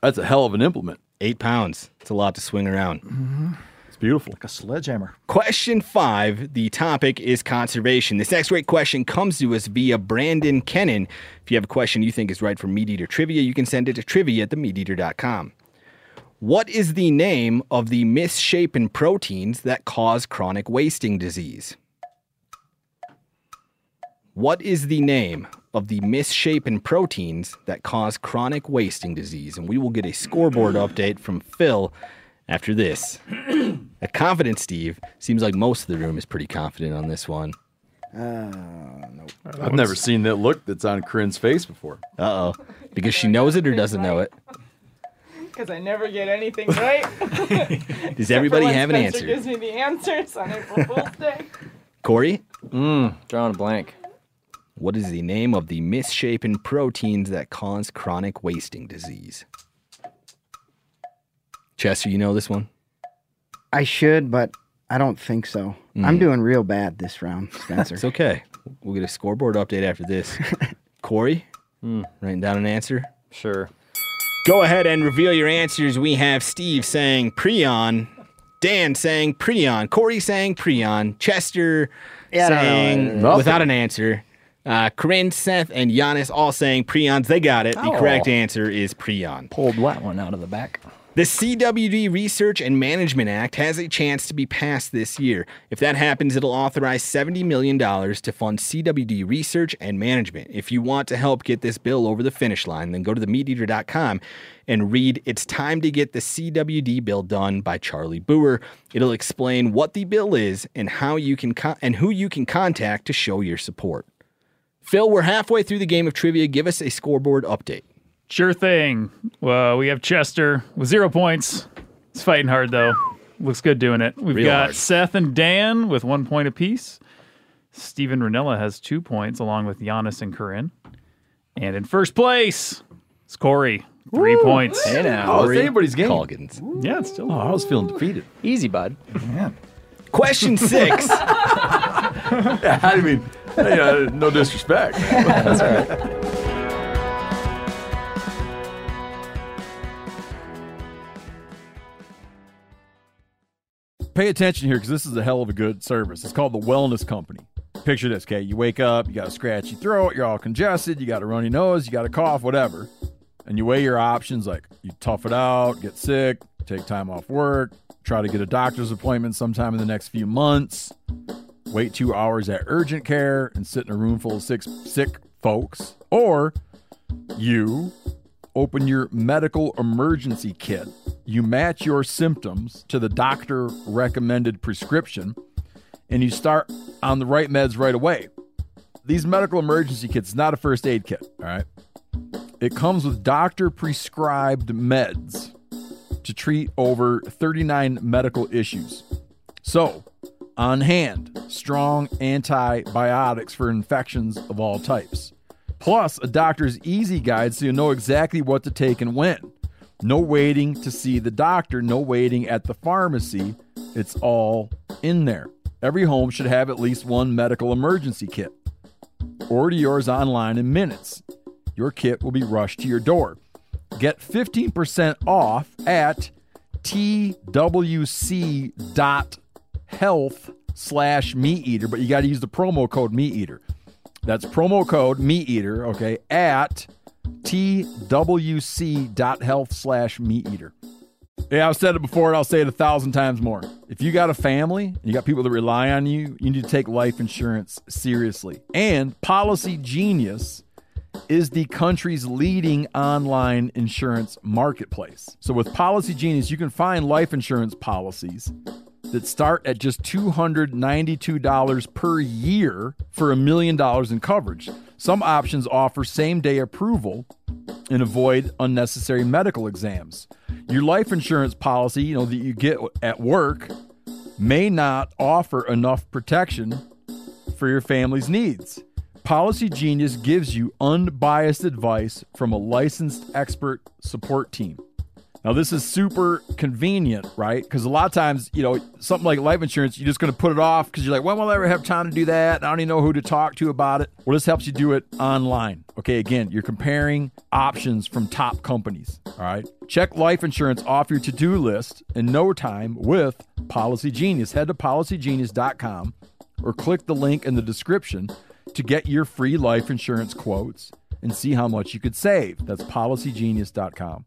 [SPEAKER 1] that's a hell of an implement.
[SPEAKER 3] Eight pounds. It's a lot to swing around.
[SPEAKER 1] It's beautiful.
[SPEAKER 4] A sledgehammer.
[SPEAKER 3] Question five. The topic is conservation. This next great question comes to us via Brandon Kennan. If you have a question you think is right for Meat Eater Trivia, you can send it to trivia at themeateater.com. What is the name of the misshapen proteins that cause chronic wasting disease? What is the name of the misshapen proteins that cause chronic wasting disease? And we will get a scoreboard update from Phil after this. A confident Steve seems like most of the room is pretty confident on this one.
[SPEAKER 1] I've never seen that look that's on Corinne's face before.
[SPEAKER 3] Uh oh, because she knows it or doesn't know it.
[SPEAKER 9] Because I never get anything right.
[SPEAKER 3] Does everybody
[SPEAKER 9] When
[SPEAKER 3] have an
[SPEAKER 9] Spencer
[SPEAKER 3] answer?
[SPEAKER 9] Gives me the answers on April Fool's Day.
[SPEAKER 3] Corey,
[SPEAKER 7] Drawing a blank.
[SPEAKER 3] What is the name of the misshapen proteins that cause chronic wasting disease? Chester, you know this one?
[SPEAKER 6] I should, but I don't think so.
[SPEAKER 3] Mm.
[SPEAKER 6] I'm doing real bad this round, Spencer.
[SPEAKER 3] It's okay. We'll get a scoreboard update after this. Corey, writing down an answer? Sure. Go ahead and reveal your answers. We have Steve saying Prion, Dan saying Prion, Corey saying Prion, Chester
[SPEAKER 6] Yeah, I don't know.
[SPEAKER 3] saying
[SPEAKER 6] Nothing.
[SPEAKER 3] without an answer. Uh, Corinne, Seth, and Giannis all saying Prions. They got it. The
[SPEAKER 7] Oh.
[SPEAKER 3] correct answer is Prion.
[SPEAKER 7] Pulled that one out of the back.
[SPEAKER 3] The CWD Research and Management Act has a chance to be passed this year. If that happens, it'll authorize $70 million to fund CWD research and management. If you want to help get this bill over the finish line, then go to themeateater.com and read It's Time to Get the CWD Bill Done by Charlie Boer. It'll explain what the bill is and how you can con- and who you can contact to show your support. Phil, we're halfway through the game of trivia. Give us a scoreboard update.
[SPEAKER 5] Sure thing. Well, we have Chester with zero points. He's fighting hard though. Looks good doing it. We've
[SPEAKER 3] Real
[SPEAKER 5] got
[SPEAKER 3] hard.
[SPEAKER 5] Seth and Dan with one point apiece. Steven Ranella has two points, along with Giannis and Corinne. And in first place is Corey. Three points.
[SPEAKER 7] Hey now, Oh, it's Corey anybody's game.
[SPEAKER 3] Colgins.
[SPEAKER 5] Yeah, it's
[SPEAKER 1] Oh,
[SPEAKER 5] still.
[SPEAKER 7] I was feeling defeated. Easy, bud.
[SPEAKER 3] Question six.
[SPEAKER 1] I mean, hey, uh, no disrespect.
[SPEAKER 7] That's all right.
[SPEAKER 1] Pay attention here because this is a hell of a good service. It's called the Wellness Company. Picture this, okay? You wake up, you got a scratchy throat, you're all congested, you got a runny nose, you got a cough, whatever. And you weigh your options like you tough it out, get sick, take time off work, try to get a doctor's appointment sometime in the next few months, wait two hours at urgent care and sit in a room full of six sick folks, or you open your medical emergency kit. You match your symptoms to the doctor recommended prescription and you start on the right meds right away. These medical emergency kits is not a first aid kit, all right? It comes with doctor prescribed meds to treat over 39 medical issues. So, on hand, strong antibiotics for infections of all types. Plus, a doctor's easy guide so you know exactly what to take and when. No waiting to see the doctor, no waiting at the pharmacy. It's all in there. Every home should have at least one medical emergency kit. Order yours online in minutes. Your kit will be rushed to your door. Get 15% off at twc.health slash meat eater, but you got to use the promo code meat eater. That's promo code meat eater, okay, at twc.health slash meat eater. Yeah, I've said it before and I'll say it a thousand times more. If you got a family and you got people that rely on you, you need to take life insurance seriously. And Policy Genius is the country's leading online insurance marketplace. So with Policy Genius, you can find life insurance policies that start at just $292 per year for a million dollars in coverage. Some options offer same-day approval and avoid unnecessary medical exams. Your life insurance policy, you know, that you get at work may not offer enough protection for your family's needs. Policy Genius gives you unbiased advice from a licensed expert support team. Now, this is super convenient, right? Because a lot of times, you know, something like life insurance, you're just going to put it off because you're like, when will I ever have time to do that? And I don't even know who to talk to about it. Well, this helps you do it online. Okay, again, you're comparing options from top companies. All right. Check life insurance off your to do list in no time with Policy Genius. Head to policygenius.com or click the link in the description to get your free life insurance quotes and see how much you could save. That's policygenius.com.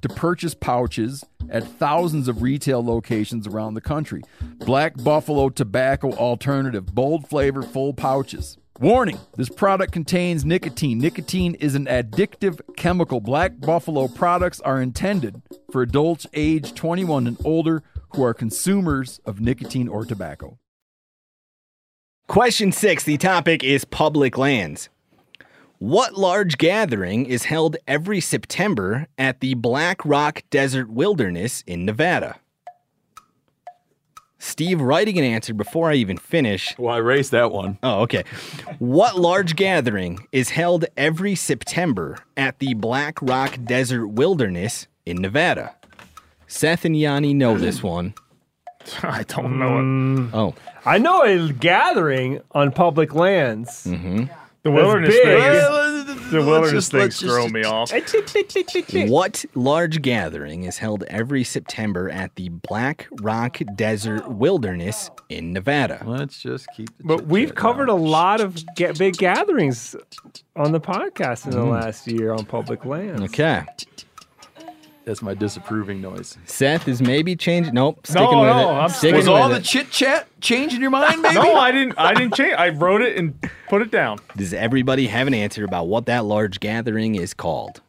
[SPEAKER 1] to purchase pouches at thousands of retail locations around the country. Black Buffalo Tobacco Alternative, bold flavor, full pouches. Warning this product contains nicotine. Nicotine is an addictive chemical. Black Buffalo products are intended for adults age 21 and older who are consumers of nicotine or tobacco.
[SPEAKER 3] Question six the topic is public lands. What large gathering is held every September at the Black Rock Desert Wilderness in Nevada? Steve, writing an answer before I even finish.
[SPEAKER 12] Well, I raised that one.
[SPEAKER 3] Oh, okay. What large gathering is held every September at the Black Rock Desert Wilderness in Nevada? Seth and Yanni know this one.
[SPEAKER 13] I don't know it.
[SPEAKER 3] Oh.
[SPEAKER 13] I know a gathering on public lands.
[SPEAKER 3] Mm-hmm.
[SPEAKER 13] The
[SPEAKER 11] wilderness things- the wilderness things throw me off.
[SPEAKER 3] What large gathering is held every September at the Black Rock Desert Wilderness in Nevada?
[SPEAKER 12] Let's just keep.
[SPEAKER 13] But we've covered a lot of ga- big gatherings on the podcast in the
[SPEAKER 3] Mm.
[SPEAKER 13] last year on public lands.
[SPEAKER 3] Okay.
[SPEAKER 12] That's my disapproving noise.
[SPEAKER 3] Seth is maybe changing. Nope, sticking
[SPEAKER 12] No,
[SPEAKER 3] with
[SPEAKER 12] no,
[SPEAKER 3] it.
[SPEAKER 12] I'm
[SPEAKER 3] sticking
[SPEAKER 12] Was
[SPEAKER 3] with
[SPEAKER 12] all
[SPEAKER 3] it.
[SPEAKER 12] the chit chat changing your mind? Maybe.
[SPEAKER 11] No, I didn't. I didn't change. I wrote it and put it down.
[SPEAKER 3] Does everybody have an answer about what that large gathering is called?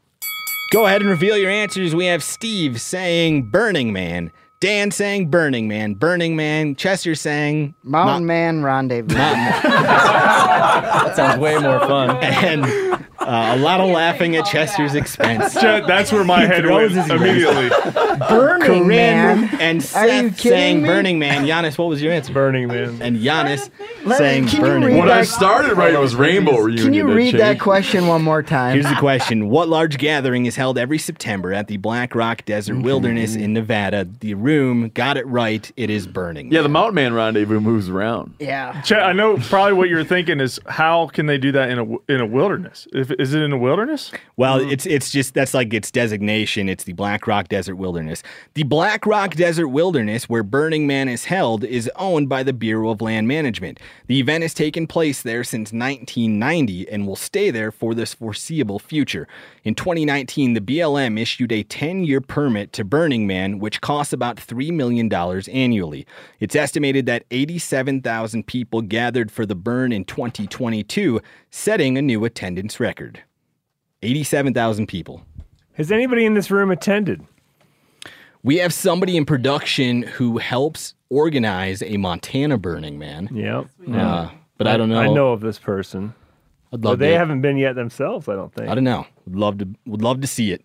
[SPEAKER 3] Go ahead and reveal your answers. We have Steve saying Burning Man, Dan saying Burning Man, Burning Man, Chester saying
[SPEAKER 6] Mountain Man Rendezvous.
[SPEAKER 3] That sounds way more fun. And uh, a lot of laughing at Chester's expense.
[SPEAKER 11] Chet, that's where my
[SPEAKER 3] He
[SPEAKER 11] head
[SPEAKER 3] throws
[SPEAKER 11] went
[SPEAKER 3] his-
[SPEAKER 11] immediately.
[SPEAKER 6] Burning
[SPEAKER 3] Corinne
[SPEAKER 6] Man.
[SPEAKER 3] and
[SPEAKER 6] you
[SPEAKER 3] Seth
[SPEAKER 6] kidding
[SPEAKER 3] saying
[SPEAKER 6] me?
[SPEAKER 3] Burning Man. Giannis, what was your answer?
[SPEAKER 13] Burning Man.
[SPEAKER 3] And Giannis
[SPEAKER 6] Let-
[SPEAKER 3] saying
[SPEAKER 6] can you
[SPEAKER 3] Burning
[SPEAKER 6] read
[SPEAKER 3] Man.
[SPEAKER 6] When I that-
[SPEAKER 12] started right, it was Rainbow Reunion.
[SPEAKER 6] Can you read that question one more time?
[SPEAKER 3] Here's the question What large gathering is held every September at the Black Rock Desert Wilderness in Nevada? The room got it right. It is burning.
[SPEAKER 12] Yeah, the Mountain Man rendezvous moves around.
[SPEAKER 6] Yeah.
[SPEAKER 11] Chet, I know probably what you're thinking is how can they do that in a in a wilderness? If is it in a wilderness?
[SPEAKER 3] Well, it's it's just that's like its designation. It's the Black Rock Desert Wilderness. The Black Rock Desert Wilderness, where Burning Man is held, is owned by the Bureau of Land Management. The event has taken place there since 1990 and will stay there for this foreseeable future. In 2019, the BLM issued a 10-year permit to Burning Man, which costs about three million dollars annually. It's estimated that 87,000 people gathered for the burn in 2022, setting a new attendance record. 87,000 people.
[SPEAKER 13] Has anybody in this room attended?
[SPEAKER 3] We have somebody in production who helps organize a Montana Burning Man.
[SPEAKER 13] Yep.
[SPEAKER 3] Uh, but I, don't know.
[SPEAKER 13] I know of this person.
[SPEAKER 3] I'd
[SPEAKER 13] But
[SPEAKER 3] love
[SPEAKER 13] they
[SPEAKER 3] to,
[SPEAKER 13] haven't been yet themselves, I don't think.
[SPEAKER 3] I don't know. Would love to. Would love to see it.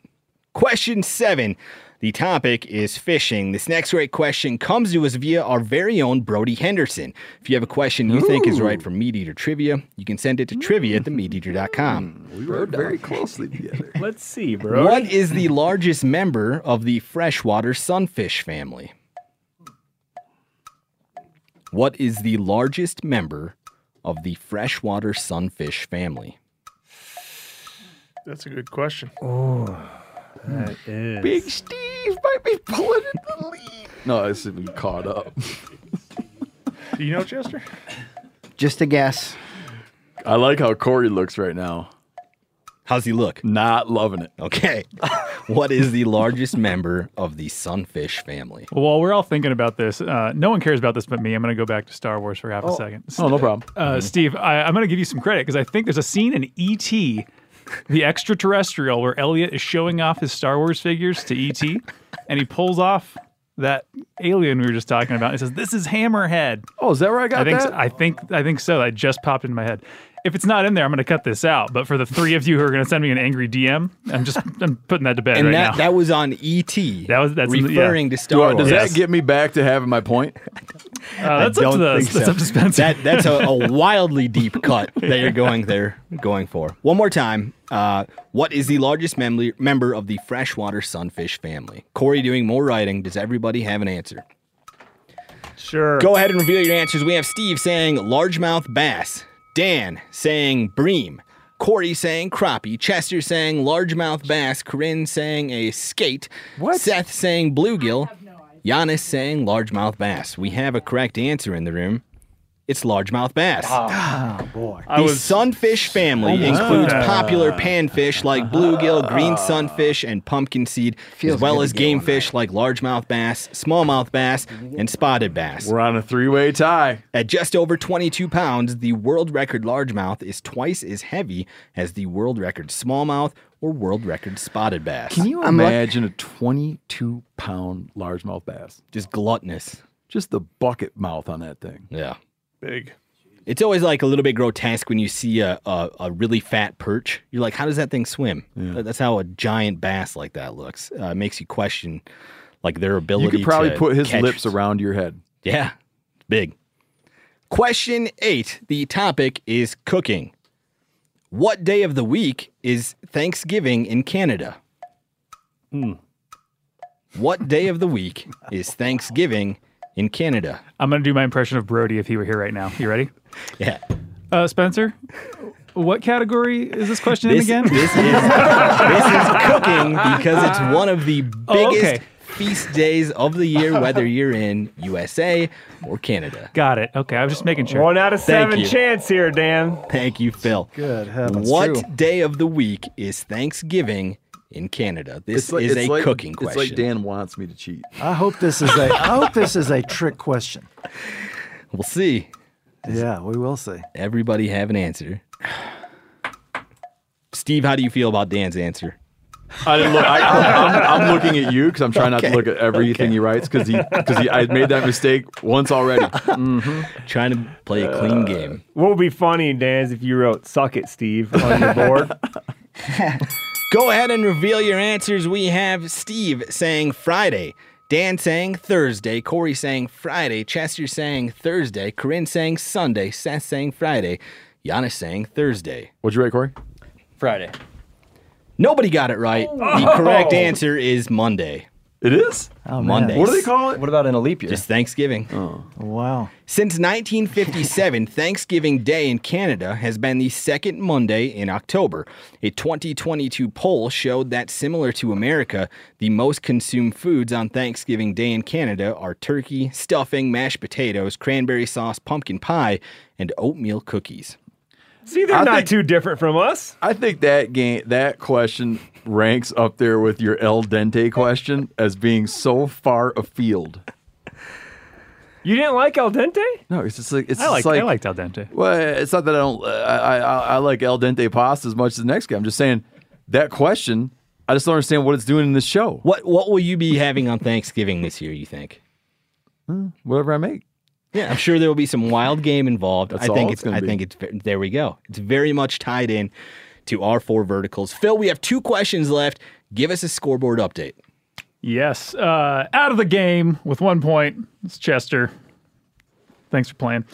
[SPEAKER 3] Question seven. The topic is fishing. This next great question comes to us via our very own Brody Henderson. If you have a question you think is right for Meat Eater Trivia, you can send it to trivia at
[SPEAKER 13] Hmm.
[SPEAKER 3] themeateater.com.
[SPEAKER 12] We were very closely together.
[SPEAKER 13] Let's see, bro.
[SPEAKER 3] What is the largest member of the freshwater sunfish family? What is the largest member of the freshwater sunfish family?
[SPEAKER 11] That's a good question.
[SPEAKER 13] Oh, that is.
[SPEAKER 12] Big Steve might be pulling in the lead. No, it's been caught up.
[SPEAKER 11] Do you know Chester?
[SPEAKER 6] Just a guess.
[SPEAKER 12] I like how Corey looks right now.
[SPEAKER 3] How's he look?
[SPEAKER 12] Not loving it.
[SPEAKER 3] Okay. what is the largest member of the sunfish family?
[SPEAKER 5] Well, while we're all thinking about this, uh, no one cares about this but me. I'm going to go back to Star Wars for half a second.
[SPEAKER 12] Oh, no problem.
[SPEAKER 5] Uh, Steve, I, I'm going to give you some credit because I think there's a scene in E.T., the extraterrestrial, where Elliot is showing off his Star Wars figures to E.T., and he pulls off that alien we were just talking about. And he says, This is Hammerhead.
[SPEAKER 12] Oh, is that where I got
[SPEAKER 5] I think,
[SPEAKER 12] that?
[SPEAKER 5] I think, I think so. That just popped into my head. if it's not in there, I'm going to cut this out. But for the three of you who are going to send me an angry DM, I'm just I'm putting that to bed
[SPEAKER 3] And
[SPEAKER 5] right
[SPEAKER 3] that,
[SPEAKER 5] now.
[SPEAKER 3] that was on ET.
[SPEAKER 5] That was that's in the- yeah.
[SPEAKER 3] referring to Star
[SPEAKER 5] Do I-
[SPEAKER 3] Wars.
[SPEAKER 5] does that Yes.
[SPEAKER 1] get me back to having my point?
[SPEAKER 5] Uh, that's up to the- that's up to Spencer.
[SPEAKER 3] That, that's a, a wildly deep cut that you're going there, going for. One more time. Uh, what is the largest mem- member of the freshwater sunfish family? Corey doing more writing. Does everybody have an answer?
[SPEAKER 11] Sure.
[SPEAKER 3] Go ahead and reveal your answers. We have Steve saying largemouth bass, Dan saying bream, Corey saying crappie, Chester saying largemouth bass, Corinne saying a skate, Seth saying bluegill, Giannis saying largemouth bass. We have a correct answer in the room. It's largemouth bass.
[SPEAKER 11] Ah,
[SPEAKER 4] Oh, boy.
[SPEAKER 3] The sunfish
[SPEAKER 11] Oh,
[SPEAKER 3] family
[SPEAKER 4] Almost
[SPEAKER 3] includes
[SPEAKER 4] there.
[SPEAKER 3] popular panfish like bluegill, green sunfish, and pumpkin seed, as
[SPEAKER 11] Feels
[SPEAKER 3] well
[SPEAKER 11] good
[SPEAKER 3] as
[SPEAKER 11] to get
[SPEAKER 3] game fish like largemouth bass, smallmouth bass, and spotted bass. We're
[SPEAKER 1] on a three way tie.
[SPEAKER 3] At just over 22 pounds, the world record largemouth is twice as heavy as the world record smallmouth or world record spotted bass.
[SPEAKER 1] Can you
[SPEAKER 3] I'm luck-
[SPEAKER 1] imagine a 22 pound largemouth bass?
[SPEAKER 3] Just gluttonous.
[SPEAKER 1] Just the bucket mouth on that thing.
[SPEAKER 3] Yeah.
[SPEAKER 11] Big.
[SPEAKER 3] It's always like a little bit grotesque when you see a, a, a really fat perch. You're like, how does that thing swim? That- That's how a giant bass like that looks. Uh, it makes you question like their ability.
[SPEAKER 1] You could probably
[SPEAKER 3] to
[SPEAKER 1] put his
[SPEAKER 3] catch-
[SPEAKER 1] lips around your head.
[SPEAKER 3] Yeah, big. Question eight. The topic is cooking. What day of the week is Thanksgiving in Canada? Hmm. What day of the week is Thanksgiving in Canada?
[SPEAKER 5] I'm going to do my impression of Brody if he were here right now. You ready?
[SPEAKER 3] Yeah.
[SPEAKER 5] Uh, Spencer, what category is this question
[SPEAKER 3] This-
[SPEAKER 5] in again?
[SPEAKER 3] This is this is cooking because it's one of the biggest
[SPEAKER 5] Oh, okay.
[SPEAKER 3] feast days of the year, whether you're in USA or Canada.
[SPEAKER 5] Got it. Okay, I was just making sure.
[SPEAKER 13] One out of
[SPEAKER 3] Thank
[SPEAKER 13] seven
[SPEAKER 3] you.
[SPEAKER 13] chance here, Dan.
[SPEAKER 3] Thank you, Phil.
[SPEAKER 4] Good
[SPEAKER 3] What day of the week is Thanksgiving in Canada? This
[SPEAKER 1] It's like-
[SPEAKER 3] is
[SPEAKER 1] it's
[SPEAKER 3] a
[SPEAKER 1] like-
[SPEAKER 3] cooking
[SPEAKER 1] it's like
[SPEAKER 3] question.
[SPEAKER 1] Dan wants me to cheat.
[SPEAKER 4] I hope this is a I hope this is a trick question.
[SPEAKER 3] We'll see.
[SPEAKER 4] Yeah, we will see.
[SPEAKER 3] Everybody have an answer. Steve, how do you feel about Dan's answer?
[SPEAKER 1] I didn't look. I, I'm, I'm looking at you because I'm trying not
[SPEAKER 3] Okay.
[SPEAKER 1] to look at everything he writes because he because he, I made that mistake once already.
[SPEAKER 3] Trying to play a clean
[SPEAKER 1] Uh,
[SPEAKER 3] game.
[SPEAKER 13] What would be funny, Dan, is if you wrote "Suck it, Steve" on your board.
[SPEAKER 3] Go ahead and reveal your answers. We have Steve saying Friday, Dan saying Thursday, Corey saying Friday, Chester saying Thursday, Corinne saying Sunday, Seth saying Friday, Giannis saying Thursday.
[SPEAKER 1] What'd you write, Corey?
[SPEAKER 3] Friday. Nobody got it right. The correct
[SPEAKER 1] Oh.
[SPEAKER 3] answer is Monday.
[SPEAKER 1] It is?
[SPEAKER 4] Oh,
[SPEAKER 1] man.
[SPEAKER 3] Monday.
[SPEAKER 1] What do they call
[SPEAKER 3] it? What about in a leap year? Just Thanksgiving.
[SPEAKER 1] Oh.
[SPEAKER 4] Wow.
[SPEAKER 3] Since 1957, Thanksgiving Day in Canada has been the second Monday in October. A 2022 poll showed that, similar to America, the most consumed foods on Thanksgiving Day in Canada are turkey, stuffing, mashed potatoes, cranberry sauce, pumpkin pie, and oatmeal cookies.
[SPEAKER 13] See, they're
[SPEAKER 1] I
[SPEAKER 13] not
[SPEAKER 1] think-
[SPEAKER 13] too different from us.
[SPEAKER 1] I think that game that question ranks up there with your El Dente question as being so far afield.
[SPEAKER 13] You didn't like al dente?
[SPEAKER 1] No, it's just like it's
[SPEAKER 5] I
[SPEAKER 1] just
[SPEAKER 5] liked,
[SPEAKER 1] like
[SPEAKER 5] I liked al dente.
[SPEAKER 1] Well, it's not that I don't. I, I I- I like al dente pasta as much as the next guy. I'm just saying that question. I just don't understand what it's doing in this show.
[SPEAKER 3] What What will you be having on Thanksgiving this year? You think?
[SPEAKER 1] Whatever I make.
[SPEAKER 3] Yeah, I'm sure there will be some wild game involved.
[SPEAKER 1] That's
[SPEAKER 3] I think
[SPEAKER 1] all
[SPEAKER 3] it's,
[SPEAKER 1] it's gonna
[SPEAKER 3] I
[SPEAKER 1] be.
[SPEAKER 3] think it's ve- there we go. It's very much tied in to our four verticals. Phil, we have two questions left. Give us a scoreboard update.
[SPEAKER 5] Yes. Uh, out of the game with one point. It's Chester. Thanks for playing.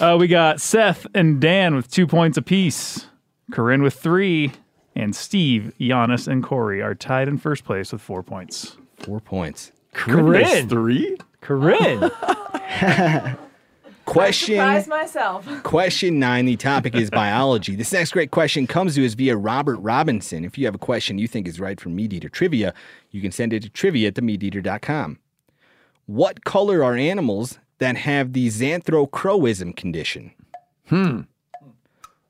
[SPEAKER 5] Uh, we got Seth and Dan with two points apiece. Corinne with three. And Steve, Giannis, and Corey are tied in first place with four points.
[SPEAKER 3] Four points.
[SPEAKER 5] Corinne has
[SPEAKER 13] Corinne.
[SPEAKER 1] three?
[SPEAKER 13] Corinne.
[SPEAKER 9] Surprise
[SPEAKER 3] Question
[SPEAKER 9] myself.
[SPEAKER 3] question nine. The topic is biology. This next great question comes to us via Robert Robinson. If you have a question you think is right for Meat Eater Trivia, you can send it to trivia at themeateater.com. What color are animals that have the xanthocroism condition?
[SPEAKER 1] Hmm.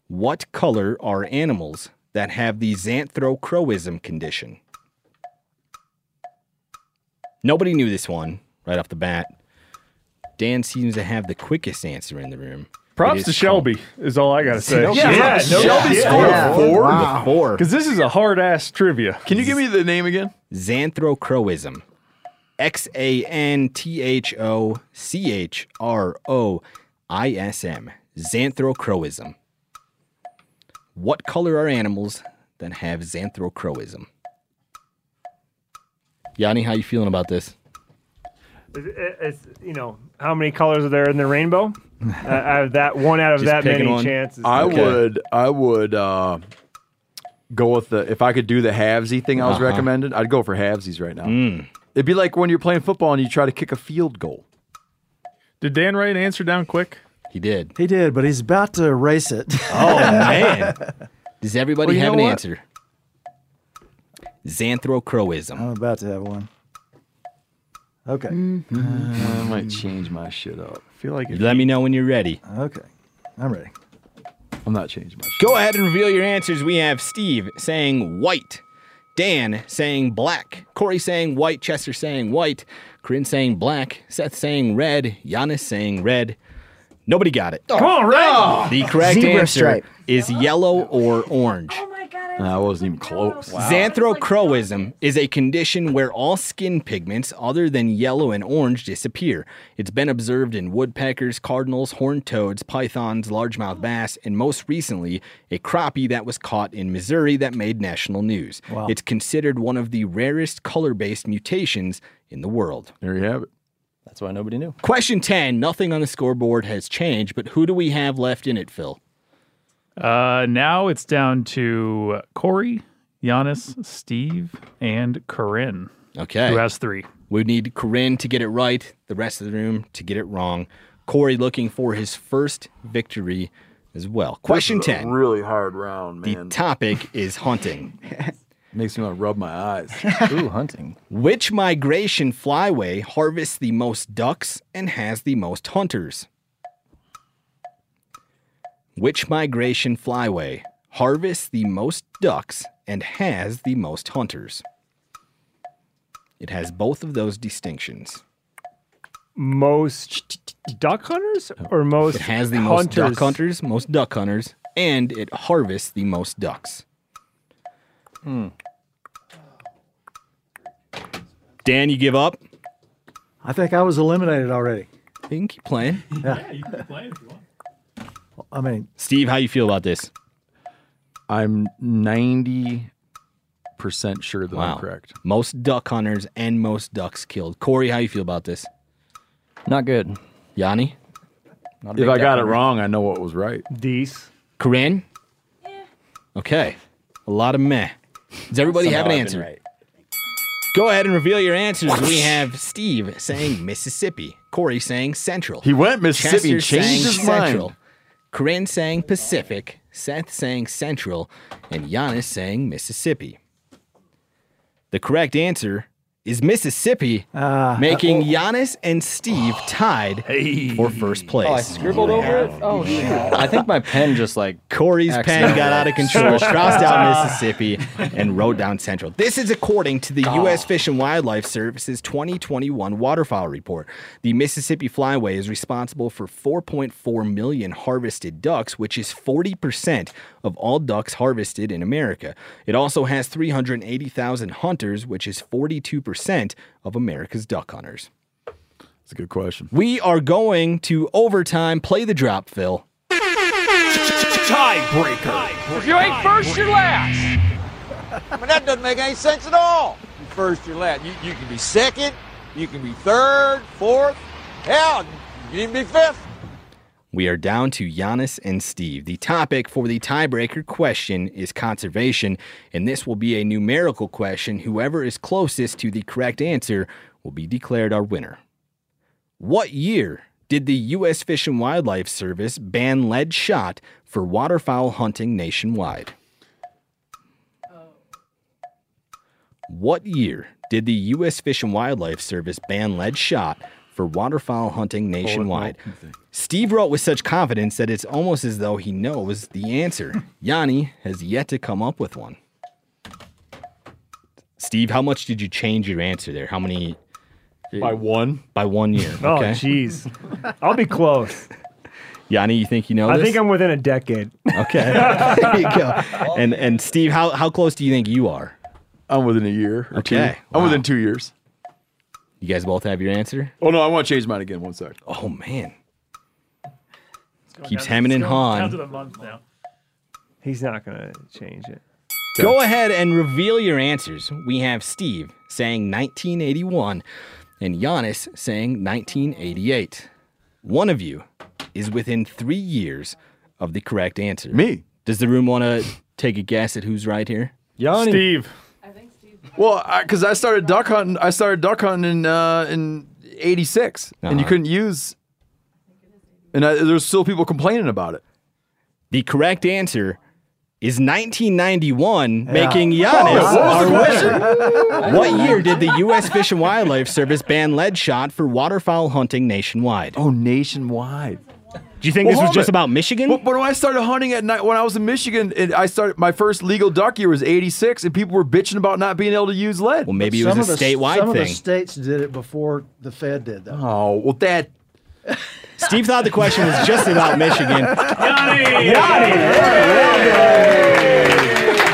[SPEAKER 3] What color are animals that have the xanthocroism condition? Nobody knew this one right off the bat. Dan seems to have the quickest answer in the room. It
[SPEAKER 11] Props
[SPEAKER 3] is
[SPEAKER 11] to Shelby is all I gotta say.
[SPEAKER 3] No Yeah, kidding. yeah, no Shelby kidding. scored Yeah. four? Wow. Four.
[SPEAKER 11] Because this is a hard ass trivia.
[SPEAKER 1] Can you give me the name again?
[SPEAKER 3] Xanthocroism. X A N T H O C H R O I S M. Xanthocroism. What color are animals that have xanthrochroism? Yanni, how you feeling about this?
[SPEAKER 13] It's, uh, you know, how many colors are there in the rainbow? uh, out of that one out of that many chances.
[SPEAKER 12] I would, I would uh, go with the if I could do the halvesy thing I was
[SPEAKER 1] Uh-huh.
[SPEAKER 12] recommended. I'd go for halvesies right now. It'd be like when you're playing football and you try to kick a field goal.
[SPEAKER 11] Did Dan Wright answer down quick?
[SPEAKER 3] He did.
[SPEAKER 4] He did, but he's about to erase it.
[SPEAKER 3] Oh man. Does everybody
[SPEAKER 4] Well, you
[SPEAKER 3] have an
[SPEAKER 4] know what?
[SPEAKER 3] answer? Xanthrochroism.
[SPEAKER 4] I'm about to have one. Okay.
[SPEAKER 12] I might change my shit up. I feel like
[SPEAKER 3] Let me know when you're ready.
[SPEAKER 4] Okay. I'm ready.
[SPEAKER 12] I'm not changing my shit.
[SPEAKER 3] Go ahead and reveal your answers. We have Steve saying white, Dan saying black, Corey saying white, Chester saying white, Corinne saying black, Seth saying red, Giannis saying red. Nobody got it.
[SPEAKER 7] Come on, red! No!
[SPEAKER 3] The correct
[SPEAKER 7] Zebra
[SPEAKER 3] answer
[SPEAKER 7] stripe.
[SPEAKER 3] is yellow or orange. Oh
[SPEAKER 9] my
[SPEAKER 3] god!
[SPEAKER 12] I wasn't even close.
[SPEAKER 3] Xanthrochroism is a condition where all skin pigments other than yellow and orange disappear. It's been observed in woodpeckers, cardinals, horned toads, pythons, largemouth bass, and most recently, a crappie that was caught in Missouri that made national news.
[SPEAKER 1] Wow.
[SPEAKER 3] It's considered one of the rarest color based mutations in the world.
[SPEAKER 12] There you have it.
[SPEAKER 1] That's why nobody knew.
[SPEAKER 3] Question 10 Nothing on the scoreboard has changed, but who do we have left in it, Phil?
[SPEAKER 5] Uh, now it's down to Corey, Giannis, Steve, and Corinne.
[SPEAKER 3] Okay.
[SPEAKER 5] Who has three?
[SPEAKER 3] We need Corinne to get it right, the rest of the room to get it wrong. Corey looking for his first victory as well. Question
[SPEAKER 12] This is a
[SPEAKER 3] 10.
[SPEAKER 12] really hard round,
[SPEAKER 3] The
[SPEAKER 12] man.
[SPEAKER 3] topic is hunting.
[SPEAKER 12] Makes me want to rub my eyes.
[SPEAKER 3] Ooh, hunting. Which migration flyway harvests the most ducks and has the most hunters? Which migration flyway harvests the most ducks and has the most hunters? It has both of those distinctions.
[SPEAKER 13] Most duck hunters or most
[SPEAKER 3] It has the most
[SPEAKER 13] hunters?
[SPEAKER 3] duck hunters, most duck hunters, and it harvests the most ducks. Hmm. Dan, you give up?
[SPEAKER 4] I think I was eliminated already.
[SPEAKER 3] You can keep playing.
[SPEAKER 4] Yeah.
[SPEAKER 5] you can play if you want.
[SPEAKER 4] I mean,
[SPEAKER 3] Steve, how you feel about this?
[SPEAKER 12] I'm 90% sure that I'm correct.
[SPEAKER 3] Most duck hunters and most ducks killed. Corey, how you feel about this?
[SPEAKER 12] Not good.
[SPEAKER 3] Yanni?
[SPEAKER 12] If I got it wrong, I know what was right.
[SPEAKER 13] These.
[SPEAKER 3] Corinne? Okay. A lot of meh. Does everybody have
[SPEAKER 12] Somehow I've been
[SPEAKER 3] an answer?
[SPEAKER 12] right.
[SPEAKER 3] Go ahead and reveal your answers. We have Steve saying Mississippi, Corey saying Central.
[SPEAKER 12] He went Mississippi and
[SPEAKER 3] Chester
[SPEAKER 12] changed
[SPEAKER 3] saying
[SPEAKER 12] his mind.
[SPEAKER 3] Corinne saying Pacific, Seth saying Central, and Giannis saying Mississippi. The correct answer is Mississippi,
[SPEAKER 12] Ah. Oh.
[SPEAKER 3] making Giannis and Steve tied for first place.
[SPEAKER 7] Oh, I scribbled over it. Oh shoot!
[SPEAKER 3] I think my pen just like Corey's pen
[SPEAKER 7] accidentally-
[SPEAKER 3] got out of control, crossed out Mississippi, and wrote down Central. This is according to the U.S. Fish and Wildlife Service's 2021 waterfowl report. The Mississippi Flyway is responsible for 4.4 million harvested ducks, which is 40% of all ducks harvested in America. It also has 380,000 hunters, which is 42% of America's duck hunters.
[SPEAKER 12] That's a good question.
[SPEAKER 3] We are going to overtime. Play the drop, Phil.
[SPEAKER 7] Tiebreaker. If you ain't first, you're last. I mean, that doesn't make any sense at all. you first, you're last. You, you can be second. You can be third, fourth. Hell, you can even be fifth.
[SPEAKER 3] We are down to Giannis and Steve. The topic for the tiebreaker question is conservation, and this will be a numerical question. Whoever is closest to the correct answer will be declared our winner. What year did the U.S. Fish and Wildlife Service ban lead shot for waterfowl hunting nationwide? What year did the U.S. Fish and Wildlife Service ban lead shot for waterfowl hunting nationwide? Steve wrote with such confidence that it's almost as though he knows the answer. Yanni has yet to come up with one. Steve, how much did you change your answer there? How many?
[SPEAKER 12] By one?
[SPEAKER 3] By one year.
[SPEAKER 13] Oh
[SPEAKER 3] okay.
[SPEAKER 13] jeez, I'll be close.
[SPEAKER 3] Yanni, you think you know
[SPEAKER 13] I
[SPEAKER 3] Oh, this?
[SPEAKER 13] think I'm within a decade.
[SPEAKER 3] Okay. there you go. And and Steve, how how close do you think you are?
[SPEAKER 12] I'm within a year. or two.
[SPEAKER 3] Okay.
[SPEAKER 12] I'm within
[SPEAKER 3] Wow.
[SPEAKER 12] two years.
[SPEAKER 3] You guys both have your answer?
[SPEAKER 12] Oh, no, I want to change mine again. One sec.
[SPEAKER 3] Oh, man. Keeps hemming and hawing.
[SPEAKER 5] the month now.
[SPEAKER 13] He's not gonna change it.
[SPEAKER 3] Go ahead and reveal your answers. We have Steve saying 1981 and Giannis saying 1988. One of you is within three years of the correct answer.
[SPEAKER 12] Me.
[SPEAKER 3] Does the room want to take a guess at who's right here?
[SPEAKER 12] Yanni. Steve. Well, because I, started duck hunting, I started duck hunting in uh, in '86, and you couldn't use, and I, there's still people complaining about it.
[SPEAKER 3] The correct answer is 1991,
[SPEAKER 12] Yeah.
[SPEAKER 3] making Giannis
[SPEAKER 12] Oh,
[SPEAKER 3] our
[SPEAKER 12] what was the
[SPEAKER 3] winner. what year did the U.S. Fish and Wildlife Service ban lead shot for waterfowl hunting nationwide?
[SPEAKER 12] Oh, nationwide.
[SPEAKER 3] Do you think
[SPEAKER 12] Well,
[SPEAKER 3] this
[SPEAKER 12] hold
[SPEAKER 3] was just
[SPEAKER 12] it.
[SPEAKER 3] about Michigan?
[SPEAKER 12] But, but when I started hunting at night, when I was in Michigan, and I started my first legal duck year was '86, and people were bitching about not being able to use lead. Well,
[SPEAKER 3] maybe
[SPEAKER 12] was.
[SPEAKER 4] Some of the- Some of the states did it before the Fed did, though.
[SPEAKER 12] Oh well, that.
[SPEAKER 3] Steve thought the question was just about Michigan.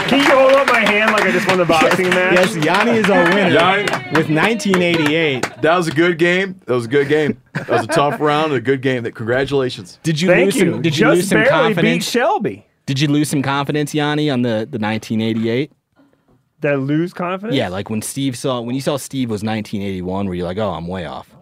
[SPEAKER 13] Can you hold up my hand like I just won the boxing match?
[SPEAKER 3] Yes, Yanni is our winner
[SPEAKER 12] Yanni.
[SPEAKER 3] with 1988.
[SPEAKER 12] That was a good game. That was a good game. That was a tough round. A good game. That congratulations.
[SPEAKER 3] Did you
[SPEAKER 13] Thank
[SPEAKER 3] lose
[SPEAKER 13] you.
[SPEAKER 3] some? Did you
[SPEAKER 13] Just
[SPEAKER 3] lose some
[SPEAKER 13] barely beat
[SPEAKER 3] confidence?
[SPEAKER 13] Shelby.
[SPEAKER 3] Did you lose some confidence, Yanni, on the the 1988?
[SPEAKER 13] Did I lose confidence?
[SPEAKER 3] Yeah, like when Steve saw when you saw Steve was 1981, were you like, oh, I'm way off?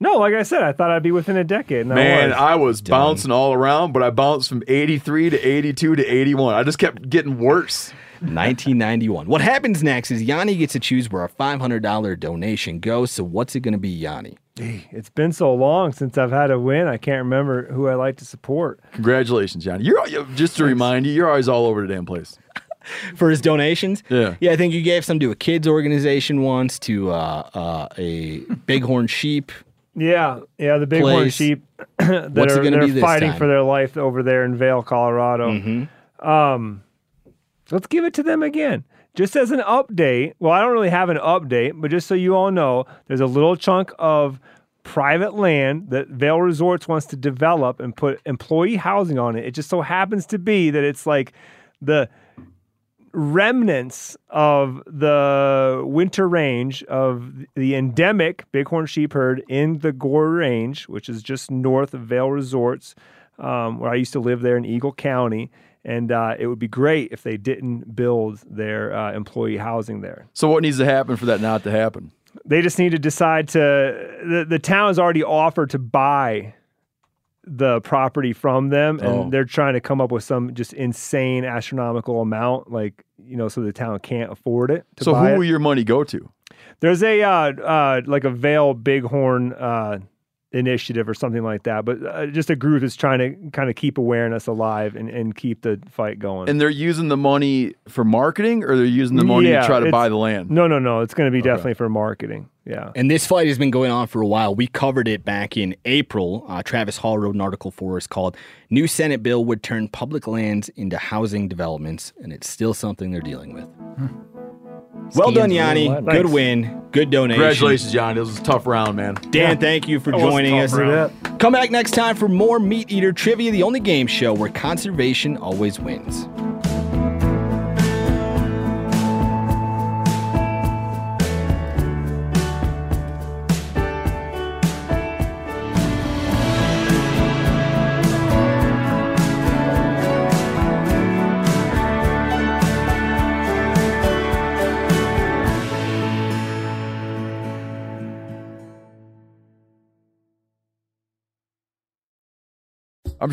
[SPEAKER 13] No, like I said, I thought I'd be within a decade. And
[SPEAKER 12] Man,
[SPEAKER 13] I was.
[SPEAKER 12] I was bouncing all around, but I bounced from 83 to 82 to 81. I just kept getting worse.
[SPEAKER 3] 1991. What happens next is Yanni gets to choose where a $500 donation goes. So what's it going to be, Yanni?
[SPEAKER 13] It's been so long since I've had a win. I can't remember who I like to support.
[SPEAKER 12] Congratulations, Johnny. You're you- just to remind you, you're always all over the damn place.
[SPEAKER 3] For his donations?
[SPEAKER 12] Yeah.
[SPEAKER 3] Yeah, I think you gave some to a kids organization once, to uh, uh, a bighorn sheep.
[SPEAKER 13] Yeah, yeah, the big horn
[SPEAKER 3] Place.
[SPEAKER 13] sheep that
[SPEAKER 3] What's it
[SPEAKER 13] are
[SPEAKER 3] gonna
[SPEAKER 13] they're
[SPEAKER 3] be this time?
[SPEAKER 13] fighting
[SPEAKER 3] Mm-hmm.
[SPEAKER 13] for their life over there in Vale, Colorado. Um, let's give it to them again. Just as an update, well, I don't really have an update, but just so you all know, there's a little chunk of private land that Vale Resorts wants to develop and put employee housing on it. It just so happens to be that it's like the remnants of the winter range of the endemic bighorn sheep herd in the Gore Range, which is just north of Vale Resorts, um, where I used to live there in Eagle County. And uh, it would be great if they didn't build their uh, employee housing there.
[SPEAKER 12] So, what needs to happen for that not to happen?
[SPEAKER 13] They just need to decide to. The, the town has already offered to buy the property from them, and
[SPEAKER 12] Oh.
[SPEAKER 13] they're trying to come up with some just insane astronomical amount, like you know, so the town can't afford it. To
[SPEAKER 12] So,
[SPEAKER 13] buy
[SPEAKER 12] who
[SPEAKER 13] it.
[SPEAKER 12] will your money go to?
[SPEAKER 13] There's a uh, uh, like a Vale Bighorn uh, initiative or something like that, but uh, just a group that's trying to kind of keep awareness alive and, and keep the fight going.
[SPEAKER 12] And they're using the money for marketing, or they're using the money
[SPEAKER 13] Yeah,
[SPEAKER 12] to try to
[SPEAKER 13] it's-
[SPEAKER 12] buy the land?
[SPEAKER 13] No, no, no. It's going to be definitely for marketing. Yeah.
[SPEAKER 3] And this fight has been going on for a while. We covered it back in April. Uh, Travis Hall wrote an article for us called New Senate Bill Would Turn Public Lands into Housing Developments, and it's still something they're dealing with. Well
[SPEAKER 12] Scans
[SPEAKER 3] done,
[SPEAKER 12] real
[SPEAKER 3] Yanni.
[SPEAKER 12] life.
[SPEAKER 3] Good
[SPEAKER 12] Thanks.
[SPEAKER 3] win. Good donation.
[SPEAKER 12] Congratulations, Johnny. This was a tough round, man.
[SPEAKER 3] Dan, thank you for joining us. Come back next time for more Meat Eater Trivia, the only game show where conservation always wins.
[SPEAKER 1] I'm